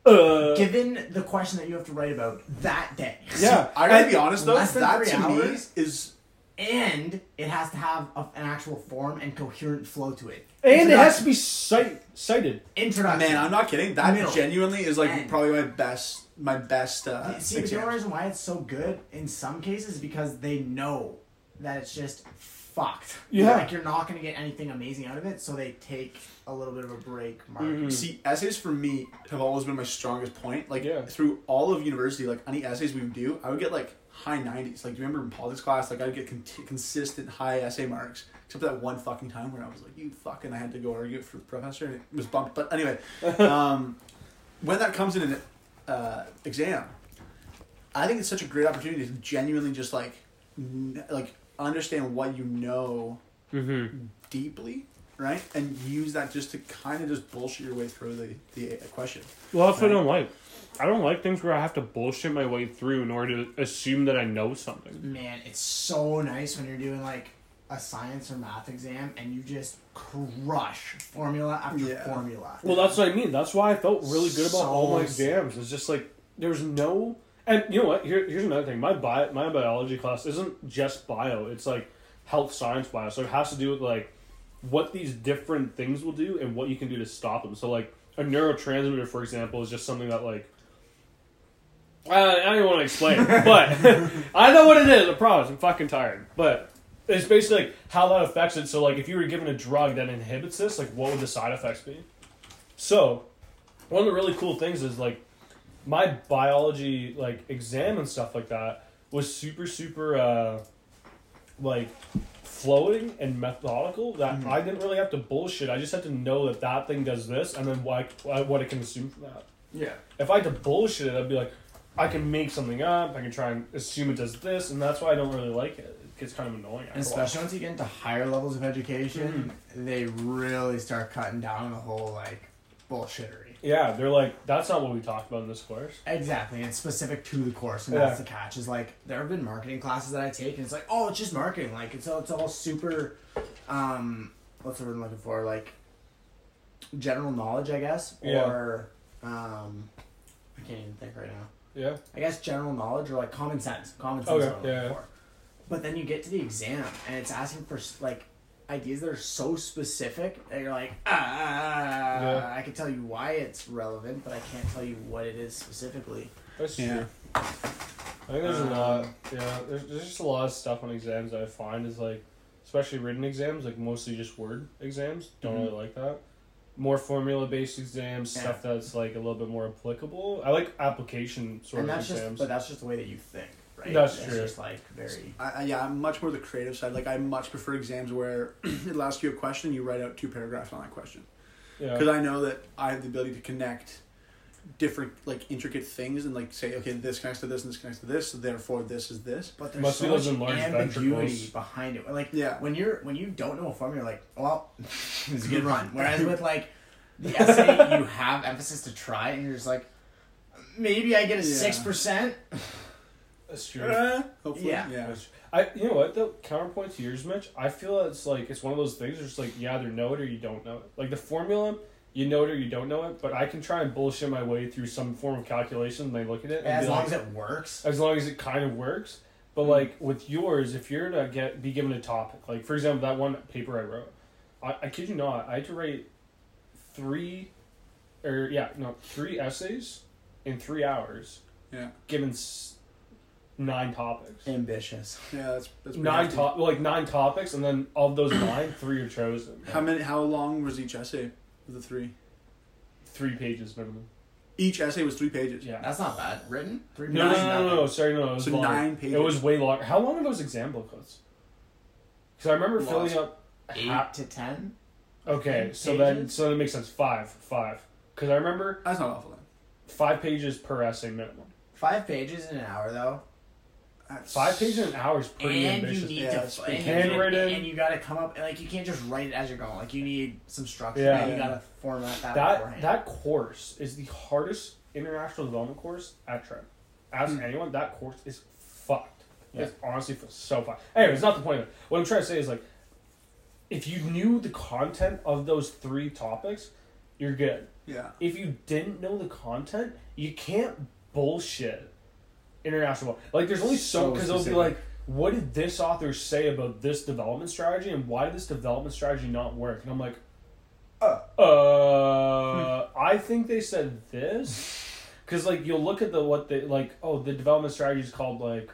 [SPEAKER 3] "Uh,
[SPEAKER 4] Given the question that you have to write about that day.
[SPEAKER 3] yeah."
[SPEAKER 1] I gotta be honest though,
[SPEAKER 4] Less than
[SPEAKER 1] that
[SPEAKER 4] three
[SPEAKER 1] to me
[SPEAKER 4] hours?
[SPEAKER 1] is
[SPEAKER 4] and it has to have a, an actual form and coherent flow to it.
[SPEAKER 3] And it has to be cite, cited.
[SPEAKER 4] Introduction.
[SPEAKER 1] Man, I'm not kidding. That
[SPEAKER 4] Middle.
[SPEAKER 1] genuinely is like
[SPEAKER 4] End.
[SPEAKER 1] probably my best, my best. Uh,
[SPEAKER 4] See, but the
[SPEAKER 1] example.
[SPEAKER 4] only reason why it's so good in some cases is because they know that it's just fucked.
[SPEAKER 3] Yeah.
[SPEAKER 4] Like you're not going to get anything amazing out of it, so they take a little bit of a break. Mark.
[SPEAKER 3] Mm-hmm.
[SPEAKER 1] See, essays for me have always been my strongest point. Like
[SPEAKER 3] Yeah.
[SPEAKER 1] through all of university, like any essays we would do, I would get like high nineties. Like do you remember in politics class, like I'd get con- consistent high essay marks, except for that one fucking time where I was like, "You fucking!" I had to go argue for the professor, and it was bumped. But
[SPEAKER 3] <laughs>
[SPEAKER 1] anyway, um, when that comes in an uh, exam, I think it's such a great opportunity to genuinely just like, n- like understand what you know
[SPEAKER 3] Mm-hmm.
[SPEAKER 1] deeply, right? And use that just to kind of just bullshit your way through the, the question.
[SPEAKER 3] Well, that's what I don't like. I don't like things where I have to bullshit my way through in order to assume that I know something.
[SPEAKER 4] Man, it's so nice when you're doing like a science or math exam and you just crush formula after
[SPEAKER 1] Yeah.
[SPEAKER 4] formula.
[SPEAKER 3] Well, that's what I mean. That's why I felt really good about all my
[SPEAKER 4] So-
[SPEAKER 3] exams. It's just like there was no. And you know what? Here, here's another thing. My bio, my biology class isn't just bio. It's like health science bio. So it has to do with like what these different things will do and what you can do to stop them. So like a neurotransmitter, for example, is just something that like. I, I don't even want to explain, it, but <laughs> I know what it is. I promise. I'm fucking tired, but it's basically like how that affects it. So like if you were given a drug that inhibits this, like what would the side effects be? So, one of the really cool things is like my biology like exam and stuff like that was super super uh like flowing and methodical that I didn't really have to bullshit. I just had to know that that thing does this and then what I- what I can assume from that.
[SPEAKER 1] Yeah.
[SPEAKER 3] If I had to bullshit it, I'd be like I can make something up. I can try and assume it does this, and that's why I don't really like it. It gets kind of annoying.
[SPEAKER 4] And
[SPEAKER 3] after a while.
[SPEAKER 4] especially once you get into higher levels of education,
[SPEAKER 3] Hmm.
[SPEAKER 4] they really start cutting down on the whole like bullshittery.
[SPEAKER 3] Yeah, they're like, that's not what we talked about in this course.
[SPEAKER 4] Exactly, and it's specific to the course, and that's
[SPEAKER 3] Yeah.
[SPEAKER 4] the catch. Is like there have been marketing classes that I take, and it's like, oh, it's just marketing. Like it's all, it's all super, um, what's the word I'm looking for? Like general knowledge, I guess,
[SPEAKER 3] Yeah.
[SPEAKER 4] or um, I can't even think right now.
[SPEAKER 3] Yeah.
[SPEAKER 4] I guess general knowledge or like common sense. Common sense.
[SPEAKER 3] Okay,
[SPEAKER 4] is what I'm looking
[SPEAKER 3] yeah.
[SPEAKER 4] for. But then you get to the exam and it's asking for s- like ideas that are so specific that you're like, ah,
[SPEAKER 3] Yeah.
[SPEAKER 4] I can tell you why it's relevant, but I can't tell you what it is specifically.
[SPEAKER 3] That's
[SPEAKER 1] Yeah.
[SPEAKER 3] true. I think there's
[SPEAKER 4] Um,
[SPEAKER 3] a lot. Yeah, there's, there's just a lot of stuff on exams that I find is like, especially written exams, like mostly just word exams. Don't really
[SPEAKER 1] Mm-hmm.
[SPEAKER 3] like that. More formula based exams, stuff that's like a little bit more applicable. I like application sort
[SPEAKER 4] and
[SPEAKER 3] of
[SPEAKER 4] that's just,
[SPEAKER 3] exams.
[SPEAKER 4] but that's just the way that you think, right?
[SPEAKER 3] That's
[SPEAKER 4] It's
[SPEAKER 3] true.
[SPEAKER 4] just like very.
[SPEAKER 1] I, I, yeah, I'm much more the creative side. Like, I much prefer exams where <clears throat> it'll ask you a question, you write out two paragraphs on that question.
[SPEAKER 3] yeah.
[SPEAKER 1] Because I know that I have the ability to connect different, like, intricate things and, like, say, okay, this connects to this and this connects to this, so therefore this is this.
[SPEAKER 4] But there's
[SPEAKER 3] Must be
[SPEAKER 4] so
[SPEAKER 3] those
[SPEAKER 4] much
[SPEAKER 3] enlarged
[SPEAKER 4] ambiguity
[SPEAKER 3] ventricles.
[SPEAKER 4] behind it. Like
[SPEAKER 1] Yeah.
[SPEAKER 4] when you're when you don't know a formula, you're like, well, <laughs> it's a good run. Whereas with like
[SPEAKER 1] <laughs>
[SPEAKER 4] the essay, you have emphasis to try, and you're just like, maybe I get a
[SPEAKER 1] Yeah.
[SPEAKER 4] six percent.
[SPEAKER 3] that's true.
[SPEAKER 1] Uh, hopefully.
[SPEAKER 4] Yeah.
[SPEAKER 1] Yeah.
[SPEAKER 3] I you know what the counterpoint to yours, Mitch. I feel it's like it's one of those things. Where it's like you either know it or you don't know it. Like the formula, you know it or you don't know it. But I can try and bullshit my way through some form of calculation. And they look at it. And
[SPEAKER 4] As
[SPEAKER 3] be
[SPEAKER 4] long
[SPEAKER 3] like,
[SPEAKER 4] as it works.
[SPEAKER 3] as long as it kind of works. But
[SPEAKER 1] Hmm.
[SPEAKER 3] like with yours, if you're to get be given a topic, like for example that one paper I wrote, I, I kid you not, I had to write three, or yeah, no, three essays in three hours.
[SPEAKER 1] Yeah.
[SPEAKER 3] Given s- nine topics.
[SPEAKER 4] Ambitious.
[SPEAKER 1] Yeah, that's, that's pretty
[SPEAKER 3] Nine
[SPEAKER 1] hefty.
[SPEAKER 3] top like nine topics, and then of those nine, three are chosen.
[SPEAKER 1] How many? How long was each essay? of The three.
[SPEAKER 3] Three pages minimum.
[SPEAKER 1] Each essay was three pages.
[SPEAKER 3] Yeah.
[SPEAKER 4] That's not bad. Written three
[SPEAKER 3] No, no,
[SPEAKER 4] minutes,
[SPEAKER 3] no, no, no,
[SPEAKER 4] nothing.
[SPEAKER 3] Sorry, no. It was
[SPEAKER 1] So
[SPEAKER 3] longer.
[SPEAKER 1] nine pages.
[SPEAKER 3] It was way longer. How long are those exam booklets? Because I remember filling
[SPEAKER 1] Lots.
[SPEAKER 3] up
[SPEAKER 4] Eight to ten.
[SPEAKER 3] Okay,
[SPEAKER 4] Eight
[SPEAKER 3] so then
[SPEAKER 4] pages?
[SPEAKER 3] so that makes sense. Five, five. Because I remember
[SPEAKER 1] That's not awful. Then.
[SPEAKER 3] five pages per essay minimum.
[SPEAKER 4] Five pages in an hour though,
[SPEAKER 1] That's-
[SPEAKER 3] Five pages an hour is pretty
[SPEAKER 4] and you
[SPEAKER 3] ambitious.
[SPEAKER 4] need
[SPEAKER 1] Yeah, it's
[SPEAKER 4] to and you-
[SPEAKER 3] handwritten.
[SPEAKER 4] and you got to come up like you can't just write it as you're going. Like you need some structure.
[SPEAKER 3] Yeah.
[SPEAKER 4] and you got to format that.
[SPEAKER 3] that
[SPEAKER 4] beforehand.
[SPEAKER 3] that course is the hardest international development course at Trent. Ask anyone, that course is fucked. It honestly feels so fucked. Anyway, it's not the point of it. What I'm trying to say is like, if you knew the content of those three topics, you're good.
[SPEAKER 1] Yeah.
[SPEAKER 3] if you didn't know the content, you can't bullshit international. law. Like, there's only so
[SPEAKER 1] So
[SPEAKER 3] because they'll be
[SPEAKER 1] specific.
[SPEAKER 3] like, what did this author say about this development strategy and why did this development strategy not work? And I'm like, uh, uh I think they said this.
[SPEAKER 1] <laughs>
[SPEAKER 3] Cause like you'll look at the what they like, oh, the development strategy is called like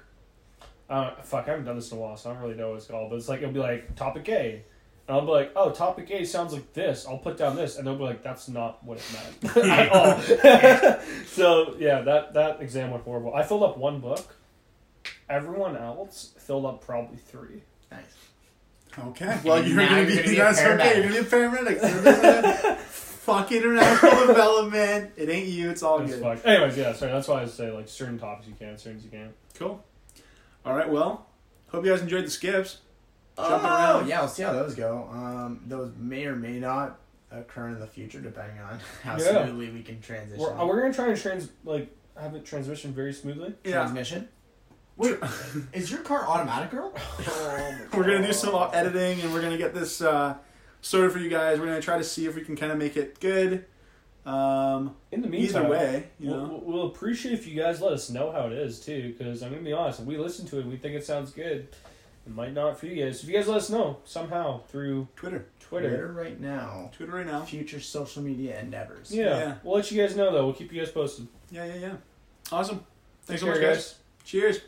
[SPEAKER 3] uh, fuck, I haven't done this in a while, so I don't really know what it's called, but it's like it'll be like topic A. And I'll be like, oh, topic A sounds like this. I'll put down this, and they'll be like, that's not what it meant <laughs>
[SPEAKER 1] <laughs>
[SPEAKER 3] at all. so yeah, that that exam went horrible. I filled up one book. Everyone else filled up probably three.
[SPEAKER 2] Nice.
[SPEAKER 1] Okay. Well, you're
[SPEAKER 2] Now
[SPEAKER 1] gonna
[SPEAKER 2] you're
[SPEAKER 1] be,
[SPEAKER 2] gonna be a
[SPEAKER 1] that's okay. You're
[SPEAKER 2] paramedic.
[SPEAKER 1] gonna be a paramedic. Remember that? Fuck international development. It ain't you. It's all
[SPEAKER 3] It was
[SPEAKER 1] good.
[SPEAKER 3] fucked. Anyways, Oh, yeah, sorry. That's why I say like certain topics you can, certain you can't.
[SPEAKER 1] Cool. All right. Well, hope you guys enjoyed the skips. Jumping
[SPEAKER 4] Oh,
[SPEAKER 1] around.
[SPEAKER 4] yeah, we'll see how those go. Um, those may or may not occur in the future, depending on <laughs> how
[SPEAKER 3] Yeah.
[SPEAKER 4] smoothly we can transition.
[SPEAKER 3] We're, uh, we're gonna try and trans like have it transmission very smoothly.
[SPEAKER 1] Yeah.
[SPEAKER 4] Transmission? Wait, is your car automatic, girl?
[SPEAKER 1] <laughs> We're gonna do some editing, and we're gonna get this uh, sorted for you guys. We're gonna try to see if we can kind of make it good. Um,
[SPEAKER 3] In the meantime,
[SPEAKER 1] either way, you
[SPEAKER 3] we'll,
[SPEAKER 1] know.
[SPEAKER 3] we'll appreciate if you guys let us know how it is too. Because I'm gonna be honest, if we listen to it, and we think it sounds good. It might not for you guys. If you guys let us know somehow through
[SPEAKER 1] Twitter.
[SPEAKER 3] Twitter.
[SPEAKER 4] right now.
[SPEAKER 1] Twitter right now.
[SPEAKER 4] Future social media endeavors.
[SPEAKER 3] Yeah.
[SPEAKER 1] Yeah.
[SPEAKER 3] we'll let you guys know though. We'll keep you guys posted.
[SPEAKER 1] Yeah, yeah, yeah. Awesome. Thanks so
[SPEAKER 3] Take
[SPEAKER 1] much,
[SPEAKER 3] care,
[SPEAKER 1] guys. Cheers.